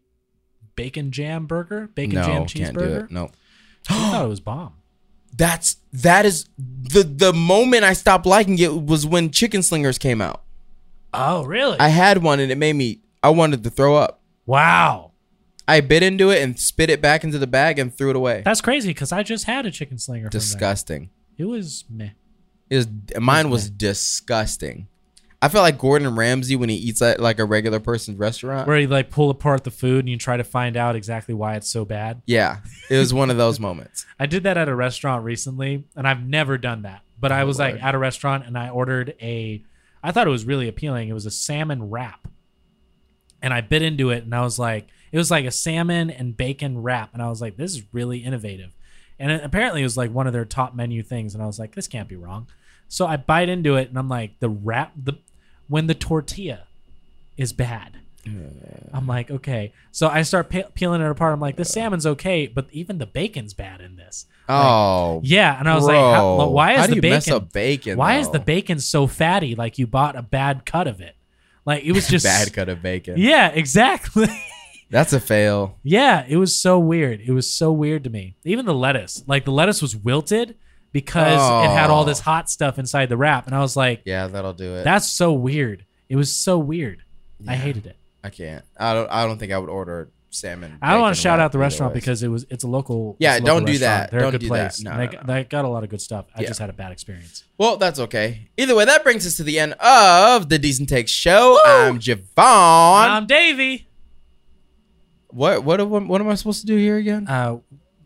bacon jam burger, bacon no, jam can't do cheeseburger. it. No, She thought it was bomb. that's that is the the moment I stopped liking it was when Chicken Slingers came out. Oh, really? I had one and it made me I wanted to throw up. wow. I bit into it and spit it back into the bag and threw it away. That's crazy because I just had a chicken slinger. from there. disgusting. It was meh. It was mine was disgusting. I felt like Gordon Ramsay when he eats at like a regular person's restaurant. Where you like pull apart the food and you try to find out exactly why it's so bad. Yeah, it was one of those moments. I did that at a restaurant recently, and I've never done that. But I was like Lord. at a restaurant, and I ordered a. I thought it was really appealing. It was a salmon wrap, and I bit into it, and I was like, it was like a salmon and bacon wrap, and I was like, this is really innovative. And it, apparently, it was like one of their top menu things, and I was like, this can't be wrong. So I bite into it, and I'm like, the wrap, the when the tortilla is bad. I'm like, okay. So I start pe- peeling it apart. I'm like, the salmon's okay, but even the bacon's bad in this. Oh, Yeah, and I was bro, like, how, well, why is how the do you bacon? mess up bacon? why is though? the bacon so fatty? Like you bought a bad cut of it. Like it was just bad cut of bacon? Yeah, exactly. That's a fail. yeah, it was so weird. It was so weird to me. Even the lettuce, like the lettuce was wilted because it had all this Oh. hot stuff inside the wrap, and I was like, Yeah, that'll do it. that's so weird. It was so weird. I Yeah. hated it. I can't. I don't. I don't think I would order salmon. I don't want bacon to shout wrap out the either restaurant ways. because it was it's a local. Yeah, it's a local don't do that. restaurant. They're Don't a good do that. place. No, they, no, no. they got a lot of good stuff. I Yeah. just had a bad experience. Well, that's okay. Either way, that brings us to the end of the Decent Take Show. I'm Javon. I'm Davey. what, what what what am I supposed to do here again? uh,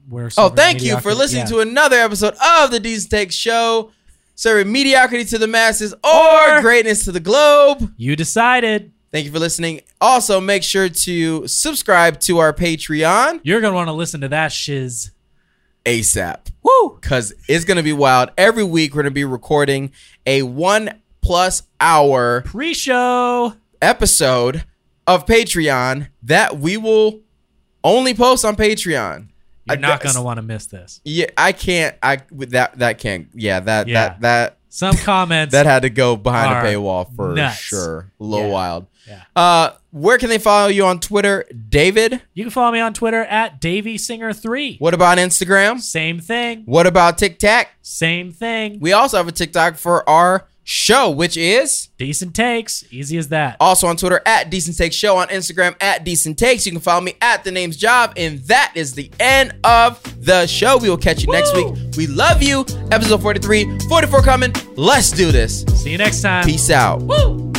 we're Oh, sort of thank you for mediocre- listening yeah. to another episode of the Decent Take Show, serving mediocrity to the masses or, Or- greatness to the globe. You decided Thank you for listening. Also, make sure to subscribe to our Patreon you're gonna want to listen to that shiz. ASAP Woo! because it's going to be wild. Every week, we're going to be recording a one plus hour Pre-show. episode of Patreon that we will only post on Patreon. You're I not guess- gonna want to miss this. Yeah, I can't. I that that can't. Yeah, that Yeah. that that Some comments. that had to go behind a are paywall for nuts. sure. A little Yeah. wild. Yeah. Uh, where can they follow you on Twitter, David? you can follow me on Twitter at Davy Singer Three. What about Instagram? Same thing. What about TikTok? Same thing. We also have a TikTok for our show, which is Decent takes. Easy as that. also on Twitter at Decent Takes Show, on Instagram at Decent Takes. You can follow me at The Name's Job. And that is the end of the show. We will catch you next Woo! week. We love you. Episode 43, 44 coming. Let's do this. See you next time. Peace out. Woo!